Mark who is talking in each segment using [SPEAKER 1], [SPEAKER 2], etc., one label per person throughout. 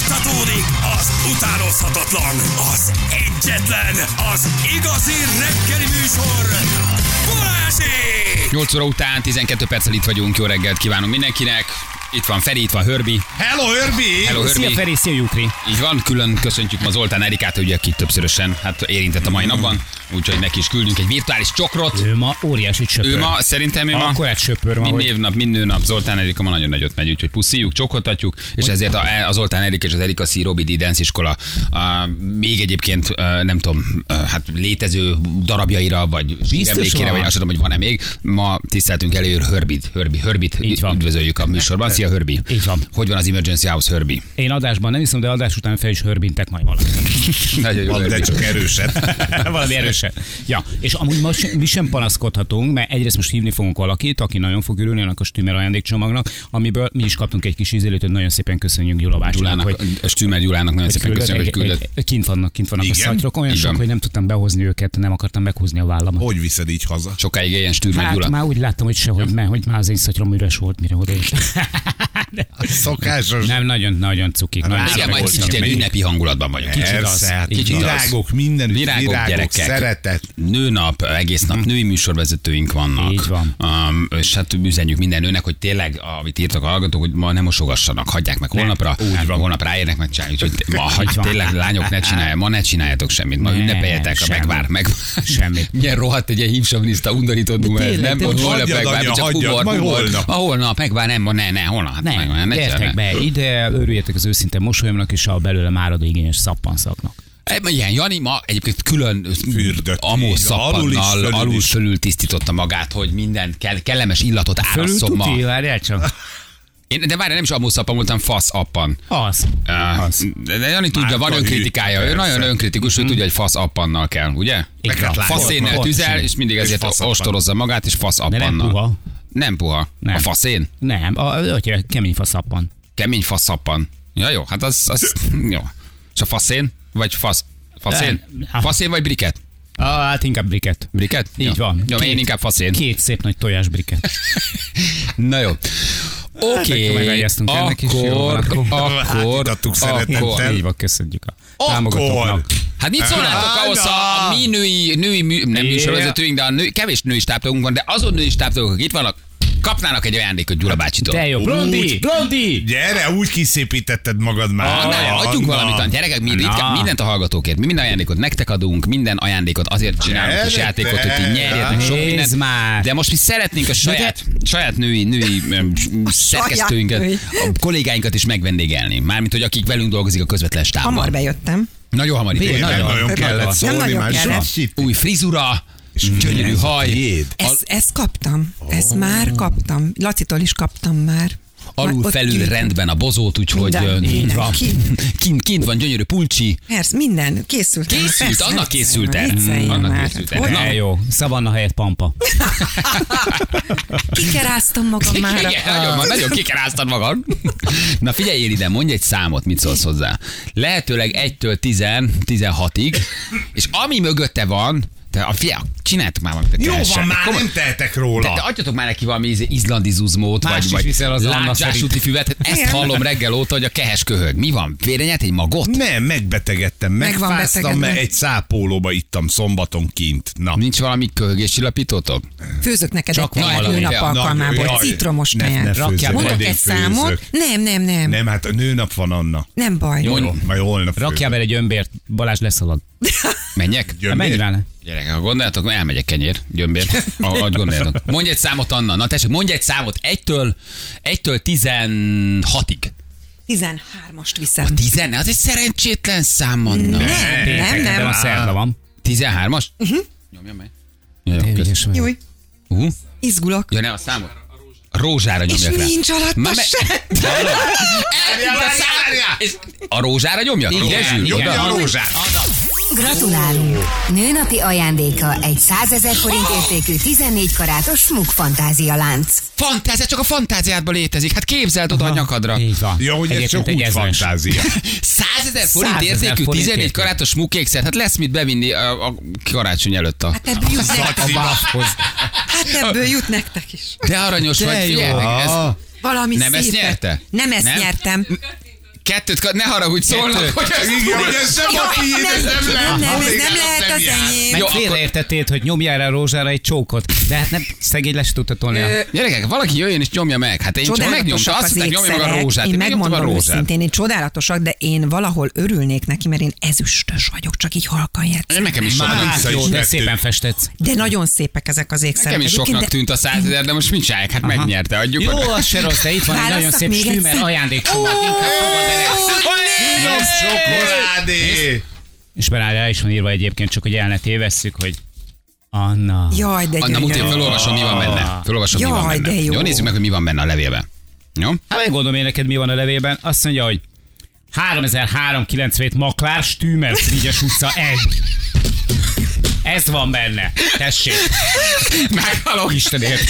[SPEAKER 1] Folytatódik az utánozhatatlan, az egyetlen, az igazi reggeli műsor, Balázsék!
[SPEAKER 2] 8 óra után, 12 perccel itt vagyunk, jó reggelt kívánunk mindenkinek. Itt van Feri, itt van Hörbi.
[SPEAKER 1] Hello, Örbi!
[SPEAKER 2] Hello,
[SPEAKER 3] Szia
[SPEAKER 2] Hörbi.
[SPEAKER 3] Feri, szia Jukri.
[SPEAKER 2] Így van, külön köszöntjük ma Zoltán Erikát, ugye, aki többszörösen hát érintett a mai napban, úgyhogy neki is küldünk egy virtuális csokrot.
[SPEAKER 3] Ő ma óriási csöpör.
[SPEAKER 2] Ő ma, szerintem ő ma,
[SPEAKER 3] Akkor egy söpör ma,
[SPEAKER 2] mind
[SPEAKER 3] hogy
[SPEAKER 2] névnap, mind nőnap Zoltán Erika ma nagyon nagyot megy, úgyhogy puszíjuk, csokoltatjuk, és ezért a, e- a Zoltán Erika és az Erika C. Robi D. Dance iskola a, még egyébként, a, nem tudom, a, hát létező darabjaira, vagy síremlékére,
[SPEAKER 3] van.
[SPEAKER 2] vagy azt tudom, hogy van-e még, ma tiszteltünk elő Hörbit, Hörbi, Hörbit
[SPEAKER 3] Így van.
[SPEAKER 2] üdvözöljük a műsorban. Szia Hörbi!
[SPEAKER 3] Így van.
[SPEAKER 2] Hogy van az Emergency House Hörbi?
[SPEAKER 3] én adásban nem hiszem, de adás után fel is hörbintek majd valami.
[SPEAKER 2] Nagyon jó.
[SPEAKER 1] De
[SPEAKER 2] Hörbi.
[SPEAKER 1] csak erősen.
[SPEAKER 3] valami erősen. Ja, és amúgy most mi sem panaszkodhatunk, mert egyrészt most hívni fogunk valakit, aki nagyon fog örülni annak a stümer ajándékcsomagnak, amiből mi is kaptunk egy kis ízelőt, hogy nagyon szépen köszönjük Gyula bácsinak,
[SPEAKER 2] Gyulának,
[SPEAKER 3] hogy
[SPEAKER 2] a Stümer Gyulának nagyon szépen
[SPEAKER 3] küldött
[SPEAKER 2] köszönöm, hogy
[SPEAKER 3] egy-
[SPEAKER 2] küldött.
[SPEAKER 3] egy- Kint vannak, kint vannak
[SPEAKER 1] Igen?
[SPEAKER 3] a szatyrok, olyan
[SPEAKER 2] Így van.
[SPEAKER 3] sok, hogy nem tudtam behozni őket, nem akartam meghúzni a vállamat.
[SPEAKER 1] Hogy viszed így haza?
[SPEAKER 2] Sokáig ilyen Stümer
[SPEAKER 3] Hát
[SPEAKER 2] Gyula.
[SPEAKER 3] már úgy láttam, hogy sehogy, mert hogy már az én szatyrom üres volt, mire odaértem.
[SPEAKER 1] Szokásos.
[SPEAKER 3] Nem, nagyon-nagyon cukik.
[SPEAKER 1] Hát
[SPEAKER 3] nagyon
[SPEAKER 2] Igen,
[SPEAKER 3] cukik
[SPEAKER 2] majd
[SPEAKER 3] voltak.
[SPEAKER 2] kicsit ilyen ünnepi hangulatban vagyunk.
[SPEAKER 1] Persze, hát
[SPEAKER 2] Kicsit az.
[SPEAKER 1] virágok, minden
[SPEAKER 2] Virágok,
[SPEAKER 1] virágok,
[SPEAKER 2] gyerekek.
[SPEAKER 1] szeretet.
[SPEAKER 2] nőnap, egész nap női műsorvezetőink vannak.
[SPEAKER 3] Mhm. Így van.
[SPEAKER 2] Um, és hát üzenjük minden nőnek, hogy tényleg, amit írtak a hallgatók, hogy ma nem mosogassanak, hagyják meg holnapra, úgy van. holnap ráérnek megcsinálni. Úgyhogy ma, hagy,
[SPEAKER 3] Így van.
[SPEAKER 2] tényleg lányok, ne csinálj, ma ne csináljatok semmit, ma
[SPEAKER 3] Ne,
[SPEAKER 2] ünnepeljetek, a
[SPEAKER 3] semmi.
[SPEAKER 2] megvár, meg.
[SPEAKER 3] Semmit.
[SPEAKER 2] Milyen rohadt egy ilyen hívsaviniszta undorító duma, ez
[SPEAKER 3] tényleg,
[SPEAKER 2] nem?
[SPEAKER 3] tényleg.
[SPEAKER 2] Hogy holnap
[SPEAKER 1] Hagyjad,
[SPEAKER 2] megvár,
[SPEAKER 1] anya,
[SPEAKER 2] csak
[SPEAKER 1] hagyjad,
[SPEAKER 2] humor,
[SPEAKER 1] majd
[SPEAKER 2] humor.
[SPEAKER 1] holnap.
[SPEAKER 2] Ma holnap megvár, nem, ma ne, ne, holnap. hát megvár,
[SPEAKER 3] Nem,
[SPEAKER 2] ne
[SPEAKER 3] gyertek
[SPEAKER 2] csinálj.
[SPEAKER 3] be ide, örüljetek az őszinte mosolyomnak és a belőle máradó igényes szappanszaknak.
[SPEAKER 2] E, Igen, Jani ma egyébként külön
[SPEAKER 1] Fürdött.
[SPEAKER 2] amó
[SPEAKER 1] Így van, alul is,
[SPEAKER 2] szappannal
[SPEAKER 1] fölül
[SPEAKER 2] alul
[SPEAKER 1] is.
[SPEAKER 2] fölül tisztította magát, hogy minden kell, kellemes illatot árasszon ma.
[SPEAKER 3] tuti, várjál csak.
[SPEAKER 2] Én, de várj, nem is amó szappan voltam, fasz appan.
[SPEAKER 3] Az.
[SPEAKER 2] Ö, De de Jani tudja, van
[SPEAKER 1] Márka hű,
[SPEAKER 2] önkritikája, ő
[SPEAKER 1] persze. hát
[SPEAKER 2] nagyon önkritikus, ő tudja, hogy fasz appannal kell, ugye?
[SPEAKER 3] Mhm. Így van.
[SPEAKER 2] Faszénnel
[SPEAKER 3] Ott
[SPEAKER 2] tüzel,
[SPEAKER 3] sincs.
[SPEAKER 2] és mindig ezért
[SPEAKER 1] fasz appan.
[SPEAKER 2] ostorozza magát, és fasz
[SPEAKER 3] De nem
[SPEAKER 2] appannal.
[SPEAKER 3] puha.
[SPEAKER 2] Nem puha.
[SPEAKER 3] Nem.
[SPEAKER 2] A faszén?
[SPEAKER 3] Nem, a, hogyha kemény faszappan.
[SPEAKER 2] Kemény fasz appan. Ja jó, hát az, az jó. És a faszén? Vagy fasz? Faszén?
[SPEAKER 3] Nem.
[SPEAKER 2] Faszén vagy briket?
[SPEAKER 3] A, hát inkább briket.
[SPEAKER 2] Briket?
[SPEAKER 3] Így
[SPEAKER 2] Jó.
[SPEAKER 3] van.
[SPEAKER 2] Jó, én
[SPEAKER 3] Két-
[SPEAKER 2] inkább faszén.
[SPEAKER 3] Két szép nagy tojás briket.
[SPEAKER 2] Na jó. Oké,
[SPEAKER 3] akkor megegyeztünk ennek is, jó
[SPEAKER 2] akkor,
[SPEAKER 3] van, akkor.
[SPEAKER 2] akkor,
[SPEAKER 1] Átítattuk
[SPEAKER 2] akkor.
[SPEAKER 1] szeretettel.
[SPEAKER 3] Így van, köszönjük a
[SPEAKER 1] Akkor.
[SPEAKER 3] támogatóknak.
[SPEAKER 2] Hát mit szólnátok
[SPEAKER 1] Á,
[SPEAKER 2] ahhoz, ha a
[SPEAKER 1] na.
[SPEAKER 2] mi női, női mű, nem
[SPEAKER 3] É.
[SPEAKER 2] műsorvezetőink, de a női, kevés női stábtagunk van, de azon női stábtagok, akik itt vannak, kapnának egy ajándékot Gyula bácsitól.
[SPEAKER 3] Te jó, blondi, blondi!
[SPEAKER 1] Gyere, úgy kiszépítetted magad már.
[SPEAKER 2] Annál, adjunk
[SPEAKER 1] Anna.
[SPEAKER 2] Ah, valamit, a gyerekek, mi ritkán, mindent a hallgatókért, mi minden ajándékot nektek adunk, minden ajándékot azért csinálunk kis
[SPEAKER 1] Gyerekek!
[SPEAKER 2] játékot, hogy ti nyerjetek sok
[SPEAKER 3] Nézd
[SPEAKER 2] mindent.
[SPEAKER 3] már!
[SPEAKER 2] De most mi szeretnénk a saját, saját női, női öm, szerkesztőinket,
[SPEAKER 4] női.
[SPEAKER 2] a kollégáinkat is megvendégelni. Mármint, hogy akik velünk dolgozik a közvetlen stábban.
[SPEAKER 4] Hamar bejöttem.
[SPEAKER 2] Nagyon hamar itt.
[SPEAKER 1] Tényleg
[SPEAKER 2] Nagyon.
[SPEAKER 1] nagyon kellett szólni,
[SPEAKER 4] nagyon
[SPEAKER 1] már
[SPEAKER 4] kellett.
[SPEAKER 1] sassit.
[SPEAKER 2] Új frizura, és gyönyörű haj, al- Ah.
[SPEAKER 4] Ezt, ezt kaptam. Ezt már kaptam. Lacitól is kaptam már. Már
[SPEAKER 2] alul
[SPEAKER 4] ott
[SPEAKER 2] felül
[SPEAKER 4] ki-
[SPEAKER 2] rendben a bozót, úgyhogy
[SPEAKER 4] Minden,
[SPEAKER 2] ö,
[SPEAKER 4] minden,
[SPEAKER 2] van.
[SPEAKER 4] kint.
[SPEAKER 2] Kint, kint van gyönyörű pulcsi.
[SPEAKER 4] Persze, minden. Készült.
[SPEAKER 2] Készült,
[SPEAKER 4] persze,
[SPEAKER 2] annak
[SPEAKER 4] viccelj
[SPEAKER 2] készült
[SPEAKER 4] már,
[SPEAKER 2] el.
[SPEAKER 4] viccelj
[SPEAKER 2] Mm, annak
[SPEAKER 4] már.
[SPEAKER 2] készült el.
[SPEAKER 4] Hogy-
[SPEAKER 2] Na.
[SPEAKER 3] De jó, szavanna helyett pampa.
[SPEAKER 4] Kikeráztam magam már.
[SPEAKER 2] Igen, nagyon, van, nagyon kikeráztad magad. Na figyeljél ide, mondj egy számot, mit szólsz hozzá. Lehetőleg 1-től 10, 16-ig, és ami mögötte van, te a fia, csináltuk már valamit.
[SPEAKER 1] Jó van
[SPEAKER 2] teljesen.
[SPEAKER 1] már,
[SPEAKER 2] Komoly-
[SPEAKER 1] nem tehetek
[SPEAKER 2] De, de
[SPEAKER 1] róla.
[SPEAKER 2] adjatok már neki valami íz- izlandi zuzmót,
[SPEAKER 3] Mást
[SPEAKER 2] vagy,
[SPEAKER 3] is
[SPEAKER 2] vagy
[SPEAKER 3] viszel az Anna
[SPEAKER 2] lándzsás
[SPEAKER 3] szerint.
[SPEAKER 2] úti füvet. Hát Ezt
[SPEAKER 4] Igen.
[SPEAKER 2] hallom reggel óta, hogy a kehes köhög. Mi van? Vérenyelt egy magot?
[SPEAKER 1] Nem, megbetegedtem,
[SPEAKER 4] Meg van
[SPEAKER 1] megfáztam,
[SPEAKER 4] betegedve.
[SPEAKER 1] mert egy szápólóba ittam szombaton kint. Na.
[SPEAKER 2] Nincs valami köhögési lapítótok?
[SPEAKER 4] Főzök neked
[SPEAKER 2] Csak
[SPEAKER 4] Csak egy teát
[SPEAKER 2] valami.
[SPEAKER 4] nőnap
[SPEAKER 1] Ja, na,
[SPEAKER 4] alkalmából.
[SPEAKER 1] jaj.
[SPEAKER 4] Citromos
[SPEAKER 1] Ne- ne
[SPEAKER 4] teát.
[SPEAKER 1] főzzök,
[SPEAKER 4] Mondok
[SPEAKER 1] majd én
[SPEAKER 4] egy számot.
[SPEAKER 1] főzzök.
[SPEAKER 4] Nem, nem, nem.
[SPEAKER 1] Nem, hát a nőnap van, Anna.
[SPEAKER 4] Nem baj.
[SPEAKER 2] Jó,
[SPEAKER 1] Jó, majd holnap
[SPEAKER 3] Rakjál
[SPEAKER 1] főzök.
[SPEAKER 3] bele egy önbért, Balázs leszalad.
[SPEAKER 2] Menjek? Hát
[SPEAKER 1] Gyömbér?
[SPEAKER 3] Menj vele.
[SPEAKER 2] Gyerekek, ha gondoljátok, elmegyek kenyér, gyömbér. Ahogy gondoljátok. Mondj egy számot, Anna. Na tessék, mondj egy számot. 1-től, 1-től 16-ig.
[SPEAKER 4] 13-ast viszem.
[SPEAKER 2] 10? Az egy szerencsétlen szám, Anna.
[SPEAKER 4] Nem, nem,
[SPEAKER 3] De van
[SPEAKER 4] nem.
[SPEAKER 3] szerda van.
[SPEAKER 2] 13-as? Nyomja meg. Jó, kösz.
[SPEAKER 3] Ügyes vagy.
[SPEAKER 4] Júj,
[SPEAKER 2] Hú?
[SPEAKER 4] izgulok.
[SPEAKER 2] Ja, nem, a számot. A rózsára
[SPEAKER 4] És
[SPEAKER 2] nyomjak rá.
[SPEAKER 4] nincs alatta
[SPEAKER 2] Már me-
[SPEAKER 4] se.
[SPEAKER 2] Hallod? Elvitte számot, és A rózsára nyomjak? Ide, Zsül?
[SPEAKER 3] igen.
[SPEAKER 2] Oda?
[SPEAKER 1] Nyomja a rózsát.
[SPEAKER 5] Gratulálunk! Nőnapi ajándéka egy 100 ezer forint értékű 14 karátos smuk fantázia lánc.
[SPEAKER 2] Fantázia, csak a fantáziádban létezik. Hát képzeld oda a nyakadra.
[SPEAKER 3] Így van.
[SPEAKER 1] Ja, hogy ez
[SPEAKER 3] Egyébként
[SPEAKER 1] csak
[SPEAKER 3] egy
[SPEAKER 1] úgy
[SPEAKER 3] ezres.
[SPEAKER 1] fantázia.
[SPEAKER 2] 100 ezer forint
[SPEAKER 3] 100 000
[SPEAKER 2] értékű
[SPEAKER 3] forint
[SPEAKER 2] 14
[SPEAKER 3] értékű.
[SPEAKER 2] karátos smukékszer, hát lesz mit bevinni a, a karácsony előtt a...
[SPEAKER 4] Hát ebből jut nektek.
[SPEAKER 2] báfhoz.
[SPEAKER 4] Hát ebből jut nektek is.
[SPEAKER 2] De aranyos vagy, figyelj, meg, ez
[SPEAKER 4] Valami
[SPEAKER 2] Nem ezt
[SPEAKER 4] szépet.
[SPEAKER 2] nyerte?
[SPEAKER 4] Nem ezt
[SPEAKER 2] Nem?
[SPEAKER 4] nyertem.
[SPEAKER 2] Kettőt, ka- ne haragudj, szólnak,
[SPEAKER 3] Kettőt.
[SPEAKER 2] hogy ez
[SPEAKER 1] Igen,
[SPEAKER 2] túl-
[SPEAKER 1] hogy ez nem
[SPEAKER 4] Jaj,
[SPEAKER 1] a tiéd, ez
[SPEAKER 4] nem,
[SPEAKER 1] nem lehet.
[SPEAKER 4] nem, nem, ez
[SPEAKER 1] Addig
[SPEAKER 4] nem lehet az
[SPEAKER 1] jár.
[SPEAKER 4] enyém.
[SPEAKER 3] Meg
[SPEAKER 2] Jó, akkor-
[SPEAKER 3] félreértettél, hogy nyomjál rá a rózsára egy csókot, de hát nem, szegény le se tudta tolni. a-
[SPEAKER 2] Gyerekek, valaki jöjjön és nyomja meg. Hát én csak megnyomtam,
[SPEAKER 4] Csodálatosak
[SPEAKER 2] azt
[SPEAKER 4] az
[SPEAKER 2] mondták, nyomja meg a
[SPEAKER 4] ékszerek.
[SPEAKER 2] rózsát.
[SPEAKER 4] Én
[SPEAKER 2] megnyomtam a
[SPEAKER 4] megmondom
[SPEAKER 2] rózsát.
[SPEAKER 4] őszintén, én csodálatosak, de én valahol örülnék neki, mert én ezüstös vagyok, csak így halkan játszom.
[SPEAKER 2] Nekem is sokan
[SPEAKER 1] Már-
[SPEAKER 3] Hát
[SPEAKER 1] vissza is
[SPEAKER 3] jó, de
[SPEAKER 1] vettük.
[SPEAKER 3] szépen festetsz.
[SPEAKER 4] De nagyon szépek ezek az ékszerek.
[SPEAKER 2] Nekem is
[SPEAKER 4] Egyébként,
[SPEAKER 2] soknak
[SPEAKER 4] de-
[SPEAKER 2] tűnt a százezer, de most mit csinálják? Hát megnyerte, adjuk
[SPEAKER 3] Jó,
[SPEAKER 2] oda.
[SPEAKER 3] az se rossz, de itt van egy nagyon
[SPEAKER 4] Válasszak
[SPEAKER 3] szép
[SPEAKER 4] még
[SPEAKER 3] stümer
[SPEAKER 4] egyszer?
[SPEAKER 3] ajándékcsomag. Inkább fogad el egy-
[SPEAKER 1] Finom
[SPEAKER 3] hát-
[SPEAKER 1] csokoládé!
[SPEAKER 3] És bár rá is van írva egyébként, csak hogy el ne tévesszük, hogy Anna.
[SPEAKER 4] Jaj, de
[SPEAKER 2] Anna, múlt
[SPEAKER 4] gyönyörű.
[SPEAKER 2] felolvasom, mi van benne. Felolvasom, mi van
[SPEAKER 4] Jaj,
[SPEAKER 2] benne.
[SPEAKER 4] de jó.
[SPEAKER 2] Jó, nézzük meg, hogy mi van benne a levélben. Jó?
[SPEAKER 3] Hát megmondom én neked, mi van a levében. Azt mondja, hogy 3397 Maklár, Stümer, Frigyes utca 1. Ez van benne. Tessék.
[SPEAKER 2] Meghalok, Istenért.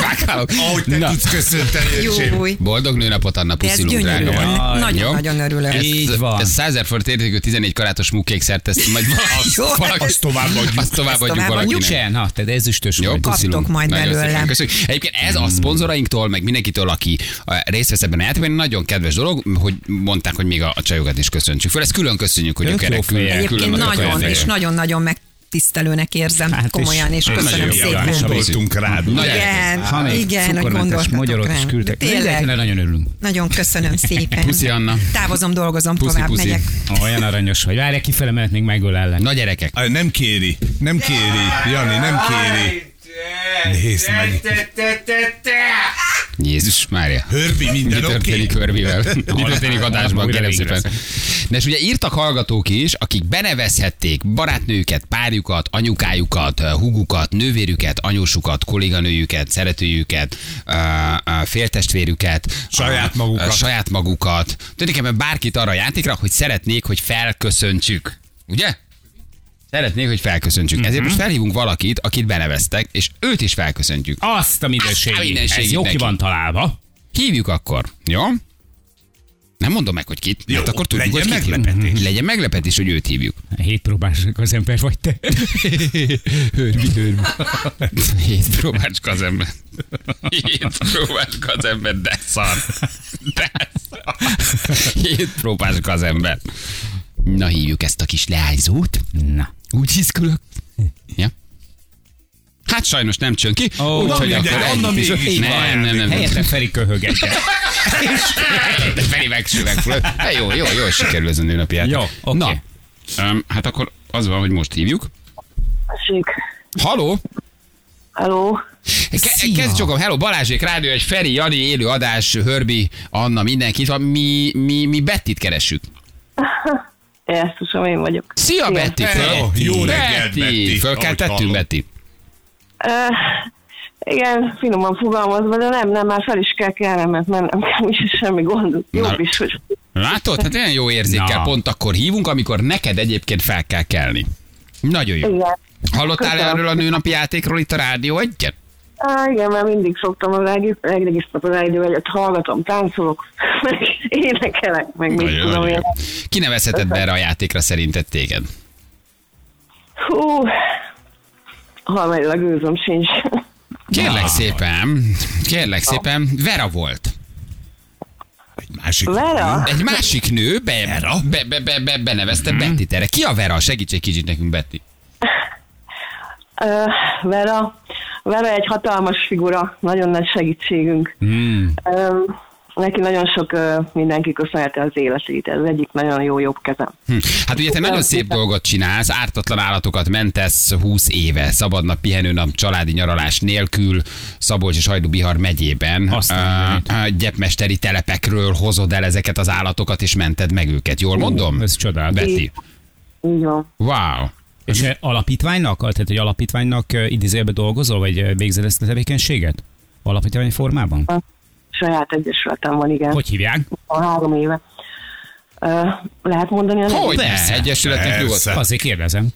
[SPEAKER 2] Meghalok.
[SPEAKER 1] Ahogy te
[SPEAKER 2] Na.
[SPEAKER 1] tudsz köszönteni, öcsém.
[SPEAKER 4] Jó,
[SPEAKER 2] Boldog nőnapot, Anna,
[SPEAKER 4] de ez
[SPEAKER 2] puszilunk,
[SPEAKER 4] gyönyörű.
[SPEAKER 2] drága vagy.
[SPEAKER 3] Jaj,
[SPEAKER 2] jó.
[SPEAKER 4] Nagyon-nagyon örülök.
[SPEAKER 3] Így van.
[SPEAKER 2] Ez 100 ezer forint értékű 14 karátos múkékszert, ezt majd
[SPEAKER 4] Jó,
[SPEAKER 2] valaki,
[SPEAKER 4] hát
[SPEAKER 2] valaki,
[SPEAKER 4] ezt-
[SPEAKER 2] továbbadjuk. Azt
[SPEAKER 4] ezt
[SPEAKER 2] továbbadjuk
[SPEAKER 4] továbbadjuk.
[SPEAKER 2] valakinek.
[SPEAKER 3] Nincsen, ha, te de ez üstös
[SPEAKER 2] Jó,
[SPEAKER 3] vagy.
[SPEAKER 4] Kaptok
[SPEAKER 2] puszilunk.
[SPEAKER 4] majd
[SPEAKER 2] Nagyon
[SPEAKER 4] belőle.
[SPEAKER 2] szépen Köszönjük. Egyébként ez
[SPEAKER 3] Hmm.
[SPEAKER 2] a szponzorainktól, meg mindenkitől, aki eh, részt vesz ebben a játékban, egy nagyon kedves dolog, hogy mondták, hogy még a, a csajokat is köszöntsük. Föl ezt külön köszönjük, hogy
[SPEAKER 3] Tök
[SPEAKER 2] a
[SPEAKER 3] jó
[SPEAKER 2] kerek
[SPEAKER 3] fejek.
[SPEAKER 2] külön, külön
[SPEAKER 4] Egyébként
[SPEAKER 2] adtak
[SPEAKER 4] nagyon,
[SPEAKER 2] ajándékot.
[SPEAKER 4] és nagyon-nagyon megtisztelőnek érzem,
[SPEAKER 3] Hát és-
[SPEAKER 4] komolyan, és
[SPEAKER 3] és
[SPEAKER 4] köszönöm
[SPEAKER 2] nagyon jó,
[SPEAKER 4] szépen.
[SPEAKER 2] és a
[SPEAKER 1] Gondoltunk rád.
[SPEAKER 2] Nagyon
[SPEAKER 4] Igen,
[SPEAKER 3] Ha még
[SPEAKER 4] igen, hogy
[SPEAKER 3] cukormentes
[SPEAKER 4] gondoltatok
[SPEAKER 3] magyarot is
[SPEAKER 4] rám.
[SPEAKER 3] küldtek.
[SPEAKER 4] De Tényleg,
[SPEAKER 3] Mindenkinek nagyon örülünk.
[SPEAKER 4] nagyon köszönöm szépen.
[SPEAKER 2] Puszi, Anna.
[SPEAKER 4] Távozom, dolgozom,
[SPEAKER 2] Puszi,
[SPEAKER 4] tovább
[SPEAKER 2] puszi.
[SPEAKER 4] megyek.
[SPEAKER 3] Olyan aranyos vagy. Várj, kifele menet még megölellek.
[SPEAKER 2] Na gyerekek,
[SPEAKER 1] Á, Nem kéri, nem kéri, Jani, nem kéri. Nézd meg.
[SPEAKER 2] Jézus Mária.
[SPEAKER 1] Hörbi,
[SPEAKER 2] Mi
[SPEAKER 1] minden oké?
[SPEAKER 2] történik Hörbivel? Mi történik adásban?
[SPEAKER 3] Újra
[SPEAKER 2] Kérem
[SPEAKER 3] végre
[SPEAKER 2] szépen. De és ugye írtak hallgatók is, akik benevezhették barátnőket, párjukat, anyukájukat, hugukat, nővérüket, anyósukat, kolléganőjüket, szeretőjüket, ö, ö, féltestvérüket,
[SPEAKER 1] Saját
[SPEAKER 2] ö,
[SPEAKER 1] magukat.
[SPEAKER 2] ö, saját magukat. Tulajdonképpen bárkit arra a játékra, hogy szeretnék, hogy felköszöntsük. Ugye? Szeretnék, hogy felköszöntsük.
[SPEAKER 1] Mhm.
[SPEAKER 2] Ezért most felhívunk valakit, akit beneveztek, és őt is felköszöntjük.
[SPEAKER 3] Azt a
[SPEAKER 2] Azt a
[SPEAKER 3] mindenségét.
[SPEAKER 2] mindenségét
[SPEAKER 3] Ez jó ki
[SPEAKER 2] neki.
[SPEAKER 3] van találva.
[SPEAKER 2] Hívjuk akkor, jó? Nem mondom meg, hogy kit, mert
[SPEAKER 1] Jó,
[SPEAKER 2] akkor tudjuk,
[SPEAKER 1] legyen
[SPEAKER 2] hogy kit
[SPEAKER 1] meglepetés.
[SPEAKER 2] hívjuk. Legyen meglepetés, hogy őt hívjuk.
[SPEAKER 3] Hét próbások az ember vagy te. hörbi, hörbi.
[SPEAKER 2] Hét próbácska az ember. Hét próbácska az ember, de szar. De szar. Hét próbácska az ember. Na hívjuk ezt a kis leányzót.
[SPEAKER 3] Na.
[SPEAKER 2] Úgy izgulok. Ja. Hát sajnos nem csön ki.
[SPEAKER 3] Ó,
[SPEAKER 2] úgyhogy
[SPEAKER 3] na
[SPEAKER 2] akkor
[SPEAKER 1] mindegy,
[SPEAKER 2] ennyi.
[SPEAKER 1] Anna mégis
[SPEAKER 2] nem, nem, nem, nem,
[SPEAKER 3] Helyette Feri köhögette.
[SPEAKER 2] De Feri megsüveg fölött. Hát jó, jó, jó, sikerül ez a nőnapi játék.
[SPEAKER 3] Jó, oké.
[SPEAKER 2] Na, öm, hát akkor az van, hogy most hívjuk.
[SPEAKER 6] Tessék.
[SPEAKER 2] Haló?
[SPEAKER 6] Hello.
[SPEAKER 2] Ke- kezd csak, hello, Balázsék, Rádió, egy Feri, Jani, élő adás, Hörbi, Anna, mindenki itt van. Mi, mi, mi Bettit keressük.
[SPEAKER 6] Jézusom, én vagyok.
[SPEAKER 2] Szia,
[SPEAKER 6] Igen.
[SPEAKER 2] Betty!
[SPEAKER 1] Hello,
[SPEAKER 2] Betty.
[SPEAKER 1] jó reggelt, Betty.
[SPEAKER 2] Fölkeltettünk,
[SPEAKER 1] Ahogy hallom.
[SPEAKER 2] Betty.
[SPEAKER 6] Uh, igen, finoman fogalmazva, de nem, nem, már fel is kell kelnem, mert mennem kell, nincs semmi gond.
[SPEAKER 2] Na.
[SPEAKER 6] Jobb is, hogy
[SPEAKER 2] Látod? Hát olyan jó érzékkel
[SPEAKER 3] Na.
[SPEAKER 2] pont akkor hívunk, amikor neked egyébként fel kell kelni. Nagyon jó.
[SPEAKER 6] igen.
[SPEAKER 2] Hallottál
[SPEAKER 6] Köszönöm.
[SPEAKER 2] erről a nőnapi játékról itt a rádió egyen?
[SPEAKER 6] Á, igen, mert mindig szoktam a rági- legregisztrat az idő egyet, hallgatom, táncolok, meg énekelek, meg mit
[SPEAKER 2] Nagyon,
[SPEAKER 6] tudom
[SPEAKER 2] nagyon
[SPEAKER 6] én.
[SPEAKER 2] jó. Ki nevezheted be erre a játékra szerinted téged?
[SPEAKER 6] Hú, halmánylag gőzöm sincs.
[SPEAKER 2] Kérlek szépen, kérlek szépen, Vera volt.
[SPEAKER 1] Egy másik.
[SPEAKER 6] Vera?
[SPEAKER 2] Egy másik nő be, be, be, be, be, benevezte
[SPEAKER 3] Hmm.
[SPEAKER 2] Bettit erre. Ki a Vera? Segíts egy kicsit nekünk, Betty.
[SPEAKER 6] Uh, Vera, Vera egy hatalmas figura, nagyon nagy segítségünk. Mm.
[SPEAKER 2] Hmm.
[SPEAKER 6] Uh, neki nagyon sok uh, mindenki köszönheti az életét, ez egyik nagyon jó jobb kezem.
[SPEAKER 2] Hm. Hát ugye te nagyon szép dolgot csinálsz, ártatlan állatokat mentesz 20 éve, szabadnap, pihenőnap, családi nyaralás nélkül, Szabolcs és Hajdú-Bihar megyében.
[SPEAKER 3] Azt
[SPEAKER 2] Ö, ö, Gyepmesteri telepekről hozod el ezeket az állatokat, és mented meg őket. Jól mondom?
[SPEAKER 3] Ez csodálatos.
[SPEAKER 2] Betty.
[SPEAKER 6] Így van.
[SPEAKER 2] Wow.
[SPEAKER 3] És
[SPEAKER 2] Hm.
[SPEAKER 3] eh, alapítványnak, tehát egy alapítványnak eh, idézőjelben dolgozol, vagy eh, végzed ezt a tevékenységet? Alapítvány formában?
[SPEAKER 6] Saját egyesületem van, igen.
[SPEAKER 3] Hogy hívják?
[SPEAKER 6] A három éve. Uh, lehet mondani a nevét?
[SPEAKER 2] Hogy ne?
[SPEAKER 3] Persze.
[SPEAKER 2] Egyesületnek
[SPEAKER 1] Persze.
[SPEAKER 2] nyugodt.
[SPEAKER 3] Azért kérdezem.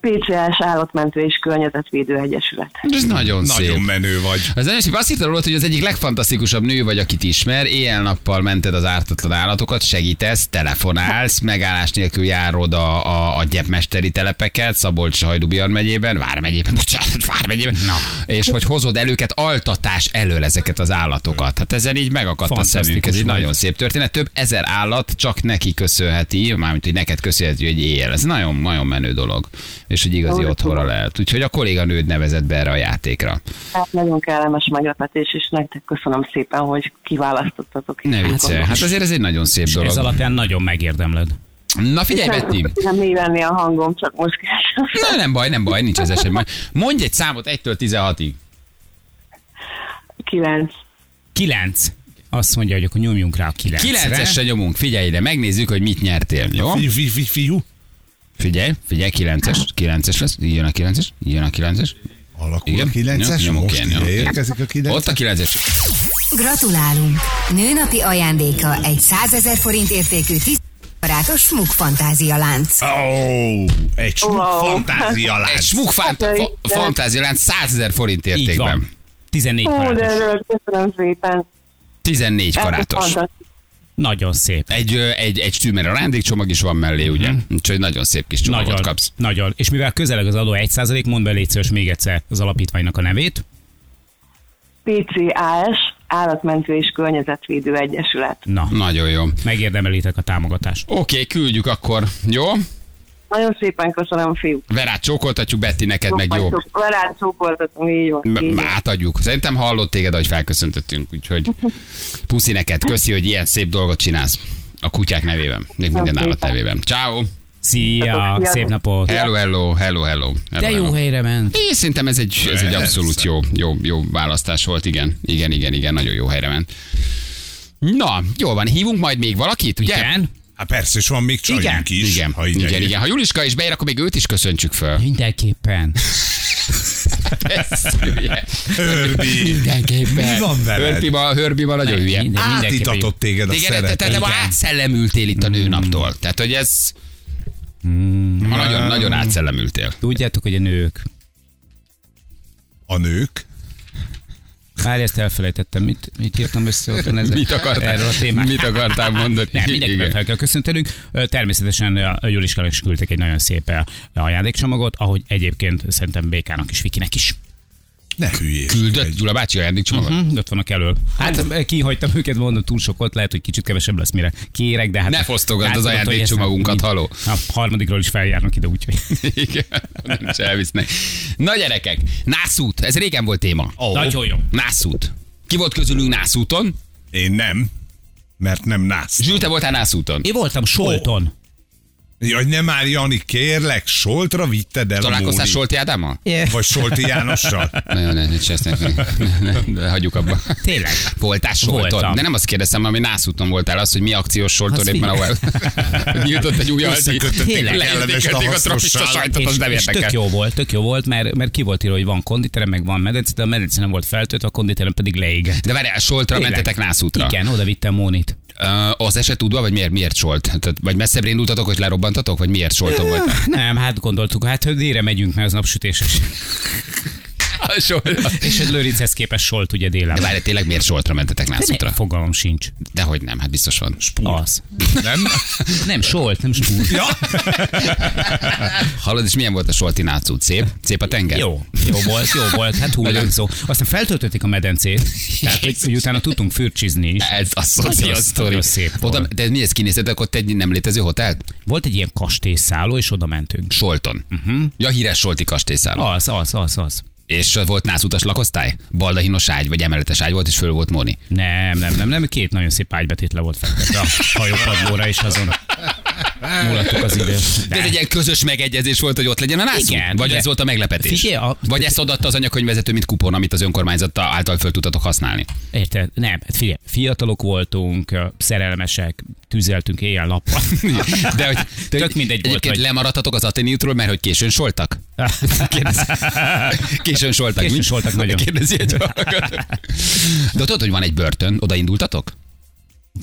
[SPEAKER 6] PCS Állatmentő és Környezetvédő Egyesület.
[SPEAKER 2] Ez nagyon szép.
[SPEAKER 1] Nagyon menő vagy.
[SPEAKER 2] Az nagyon szép. Azt hittem rólad, hogy az egyik legfantasztikusabb nő vagy, akit ismer. Éjjel-nappal mented az ártatlan állatokat, segítesz, telefonálsz, megállás nélkül járod a, a, a gyepmesteri telepeket, Szabolcs Hajdubjar megyében, Vármegyében, bocsánat, Vármegyében. Na. És hogy hozod el őket altatás elől ezeket az állatokat. Hát ezen így megakadt a szemünk.
[SPEAKER 3] Fantasztikus
[SPEAKER 2] Ez egy
[SPEAKER 3] vagy.
[SPEAKER 2] nagyon szép történet. Több ezer állat csak neki köszönheti, mármint, hogy neked köszönheti, hogy éjjel. Ez nagyon, nagyon menő dolog. És hogy igazi
[SPEAKER 6] Ó,
[SPEAKER 2] otthonra lehet. Úgyhogy a kolléganőd nevezett be erre a játékra.
[SPEAKER 6] Hát nagyon kellemes meglepetés, és nektek köszönöm szépen, hogy kiválasztottatok.
[SPEAKER 2] Ne viccelj, hát azért ez egy nagyon szép
[SPEAKER 3] És ez
[SPEAKER 2] dolog.
[SPEAKER 3] alapján nagyon megérdemled.
[SPEAKER 2] Na figyelj, Betty!
[SPEAKER 6] Nem mély lenni a hangom, csak most kell.
[SPEAKER 2] Na, nem baj, nem baj, nincs ez eset. Mondj egy számot 1-től 16-ig.
[SPEAKER 6] Kilenc.
[SPEAKER 3] Kilenc. Azt mondja, hogy akkor nyomjunk rá a kilencre.
[SPEAKER 2] 9-esre nyomunk, figyelj ide, megnézzük, hogy mit nyertél, jó?
[SPEAKER 1] Fiú, fiú, fiú, fiú.
[SPEAKER 2] Figyelj, figyelj, 9-es, 9-es lesz, így jön a 9-es, így jön a 9-es.
[SPEAKER 1] Alakul
[SPEAKER 2] Igen,
[SPEAKER 1] a 9-es,
[SPEAKER 2] nyomok
[SPEAKER 1] most
[SPEAKER 2] ilyen,
[SPEAKER 1] ide
[SPEAKER 2] nyomok ilyen.
[SPEAKER 1] érkezik a 9
[SPEAKER 2] Ott a 9-es.
[SPEAKER 5] Gratulálunk! Nőnapi ajándéka egy 100 ezer forint értékű 10 barátos smuk fantázia lánc.
[SPEAKER 1] Oh, egy smuk
[SPEAKER 6] Wow.
[SPEAKER 1] fantázia
[SPEAKER 2] Egy
[SPEAKER 1] lánc.
[SPEAKER 2] smuk fánt,
[SPEAKER 6] Hát,
[SPEAKER 2] fa,
[SPEAKER 6] de-
[SPEAKER 2] fantázialánc 100 ezer forint
[SPEAKER 3] Így
[SPEAKER 2] értékben.
[SPEAKER 3] van. 14
[SPEAKER 6] Ó, de
[SPEAKER 3] karátos.
[SPEAKER 6] örülök, köszönöm szépen.
[SPEAKER 2] 14 karátos.
[SPEAKER 6] fantasztikus.
[SPEAKER 3] Nagyon szép.
[SPEAKER 2] Egy, ö, egy, egy tűmer ajándékcsomag is van mellé, ugye? Úgyhogy nagyon szép kis csomagot
[SPEAKER 3] Mhm. Nagyon,
[SPEAKER 2] kapsz.
[SPEAKER 3] nagyon. És mivel közeleg az adó 1%, mondd be légy szíves még egyszer az alapítványnak a nevét.
[SPEAKER 6] PCAS, Állatmentő és Környezetvédő Egyesület.
[SPEAKER 3] Na,
[SPEAKER 2] Nagyon jó.
[SPEAKER 3] megérdemelitek a támogatást.
[SPEAKER 2] Oké, okay, küldjük akkor, jó?
[SPEAKER 6] Nagyon szépen köszönöm, fiúk.
[SPEAKER 2] Verát csókoltatjuk, Betty, neked meg jó.
[SPEAKER 6] Velát csókoltatom, így van.
[SPEAKER 2] M-
[SPEAKER 6] így van.
[SPEAKER 2] Átadjuk. Szerintem hallott téged, ahogy felköszöntöttünk, úgyhogy puszi neked, köszi, hogy ilyen szép dolgot cínálsz. A kutyák nevében, még minden állat nevében. Ciao.
[SPEAKER 3] Szia,
[SPEAKER 6] Sziasztok.
[SPEAKER 3] szép napot!
[SPEAKER 2] Hello, hello, hello, hello. hello, hello.
[SPEAKER 3] helyre ment!
[SPEAKER 2] Én szerintem ez egy, ez egy abszolút jó, jó, jó választás volt, igen. Igen, igen, igen, nagyon jó helyre ment. Na, jól van, hívunk majd még valakit, ugye?
[SPEAKER 3] Igen?
[SPEAKER 1] Hát persze, és van még csajunk is.
[SPEAKER 2] igen,
[SPEAKER 1] ha ide
[SPEAKER 2] igen,
[SPEAKER 1] ér.
[SPEAKER 2] igen. Ha Juliska is beér, akkor még őt is köszöntsük föl.
[SPEAKER 3] Mindenképpen.
[SPEAKER 2] Persze, ugye.
[SPEAKER 1] Hörbi,
[SPEAKER 2] Mindenképpen.
[SPEAKER 1] Mi van veled?
[SPEAKER 2] Hörbi ma, Hörbi ma nagyon hülye.
[SPEAKER 3] Minden, mindenképpen.
[SPEAKER 1] átitatott téged a
[SPEAKER 2] Igen, te, te, te
[SPEAKER 1] szeretet.
[SPEAKER 2] ma átszellemültél itt a nőnaptól. Tehát, hogy ez... Ma nagyon, nagyon átszellemültél.
[SPEAKER 3] Tudjátok, hogy a nők.
[SPEAKER 1] A nők.
[SPEAKER 3] Várj, ezt elfelejtettem. Mit, mit írtam össze ott ezzel?
[SPEAKER 2] Mit akartál,
[SPEAKER 3] Erről a témáról.
[SPEAKER 2] Mit akartál mondani?
[SPEAKER 3] Nem, mindenkivel fel kell köszöntenünk. Ö, Természetesen ö, a Juliskának is küldtek egy nagyon szép ö, ajándékcsomagot, ahogy egyébként szerintem BK-nak is, Vikinek is.
[SPEAKER 1] Ne hülyés.
[SPEAKER 2] Küldött Gyula bácsi ajándékcsomagot?
[SPEAKER 3] Hm, ott vannak elől. Hát ö, kihagytam őket, mondom, túl sok volt, lehet, hogy kicsit kevesebb lesz, mire kérek, de hát...
[SPEAKER 2] Ne fosztogadd
[SPEAKER 3] látod,
[SPEAKER 2] az
[SPEAKER 3] hogy ezt-
[SPEAKER 2] ajándékcsomagunkat, haló.
[SPEAKER 3] A harmadikról is feljárnak ide, úgyhogy...
[SPEAKER 2] Igen, nem is elvisznek. Na gyerekek, nászút, ez régen volt téma. Oh.
[SPEAKER 3] Nagyon jó.
[SPEAKER 2] Nászút. Ki volt közülünk nászúton?
[SPEAKER 1] Én nem, mert nem nász.
[SPEAKER 2] Zsül, te voltál nászúton?
[SPEAKER 3] Én voltam Solton.
[SPEAKER 1] Jaj, nem már, Jani, kérlek, Soltra vitted el a
[SPEAKER 2] Találkoztál
[SPEAKER 1] Móri.
[SPEAKER 2] Solti Ádámmal?
[SPEAKER 1] Vagy Solti Jánossal?
[SPEAKER 2] Nagyon ne, ne, csinálsz nekünk. ne, ne, ne, hagyjuk abba.
[SPEAKER 3] Tényleg.
[SPEAKER 2] Voltál Solton?
[SPEAKER 3] Voltam.
[SPEAKER 2] De nem azt kérdeztem, ami nászúton voltál, az, hogy mi akciós Solton
[SPEAKER 3] Az
[SPEAKER 2] éppen
[SPEAKER 3] figyelj.
[SPEAKER 2] ahol nyíltott egy új alti.
[SPEAKER 1] Összekötötték
[SPEAKER 3] a
[SPEAKER 1] kellemes
[SPEAKER 2] Leértékelték a trapista
[SPEAKER 1] tavaszossal.
[SPEAKER 2] sajtot, Hát, az nem
[SPEAKER 3] és tök
[SPEAKER 2] érdekel.
[SPEAKER 3] jó volt, tök jó volt, mert, mert ki volt írva, hogy van konditerem, meg van medence, de a medence nem volt feltöltve, a konditerem pedig leégett.
[SPEAKER 2] De várjál, Soltra
[SPEAKER 3] Tényleg.
[SPEAKER 2] mentetek nászútra.
[SPEAKER 3] Igen, oda vittem Mónit.
[SPEAKER 2] Ö, az eset tudva, vagy miért, miért Solt? Tehát, vagy messzebbre indultatok, hogy lerobbantatok, vagy miért Solton volt?
[SPEAKER 3] Nem, hát gondoltuk, hát hogy délre megyünk, mert az napsütéses. És egy lőrinchez képes solt ugye délen.
[SPEAKER 2] De várj, tényleg miért Soltra mentetek
[SPEAKER 3] Ne,
[SPEAKER 2] nászútra?
[SPEAKER 3] fogalmam sincs.
[SPEAKER 2] Dehogy nem, hát biztos van.
[SPEAKER 3] Az.
[SPEAKER 1] Nem?
[SPEAKER 3] Nem, solt, nem stúr.
[SPEAKER 1] Ja.
[SPEAKER 2] Hallod, és milyen volt a Solti nácút? Szép? Szép a tenger?
[SPEAKER 3] Jó, jó volt, jó volt, hát hullámzó. Aztán feltöltötték a medencét, tehát hogy, hogy utána tudtunk fürcsizni is.
[SPEAKER 2] Ez a
[SPEAKER 3] Nagyon-
[SPEAKER 2] szociális sztori.
[SPEAKER 3] nagyon szép
[SPEAKER 2] Oda,
[SPEAKER 3] volt.
[SPEAKER 2] de mi ez kinéztetek ott egy nem létező hotelt?
[SPEAKER 3] Volt egy ilyen kastélyszálló, és oda mentünk.
[SPEAKER 2] Solton.
[SPEAKER 3] Mhm.
[SPEAKER 2] Uh-huh. Ja, híres Solti kastélyszálló. Ah.
[SPEAKER 3] Az, az, az, az.
[SPEAKER 2] És volt nászutas lakosztály? Baldahinos ágy, vagy emeletes ágy volt, és föl volt Móni.
[SPEAKER 3] Nem, nem, nem, nem, két nagyon szép ágybetét le volt fektetve a hajópadlóra, és azon mulattuk az időt.
[SPEAKER 2] De ez egy ilyen közös megegyezés volt, hogy ott legyen a nászú?
[SPEAKER 3] Igen,
[SPEAKER 2] vagy
[SPEAKER 3] de-
[SPEAKER 2] ez volt a meglepetés?
[SPEAKER 3] Figyelj, a-
[SPEAKER 2] Vagy ezt odaadta az anyakönyvvezető, mint kupon, amit az önkormányzat által föl tudtatok használni?
[SPEAKER 3] Érted? Nem, hát figyelj, fiatalok voltunk, ö, szerelmesek, tüzeltünk éjjel-nappal.
[SPEAKER 2] De hogy, de
[SPEAKER 3] Tök mindegy volt,
[SPEAKER 2] Egyébként
[SPEAKER 3] hogy-
[SPEAKER 2] lemaradtatok az Ateniutról, mert hogy későn soltak? Kérdezi. Későn soltak.
[SPEAKER 3] Későn
[SPEAKER 2] mi?
[SPEAKER 3] soltak nagyon.
[SPEAKER 2] Kérdezi egy hallgató. De tudod, hogy van egy börtön, oda indultatok?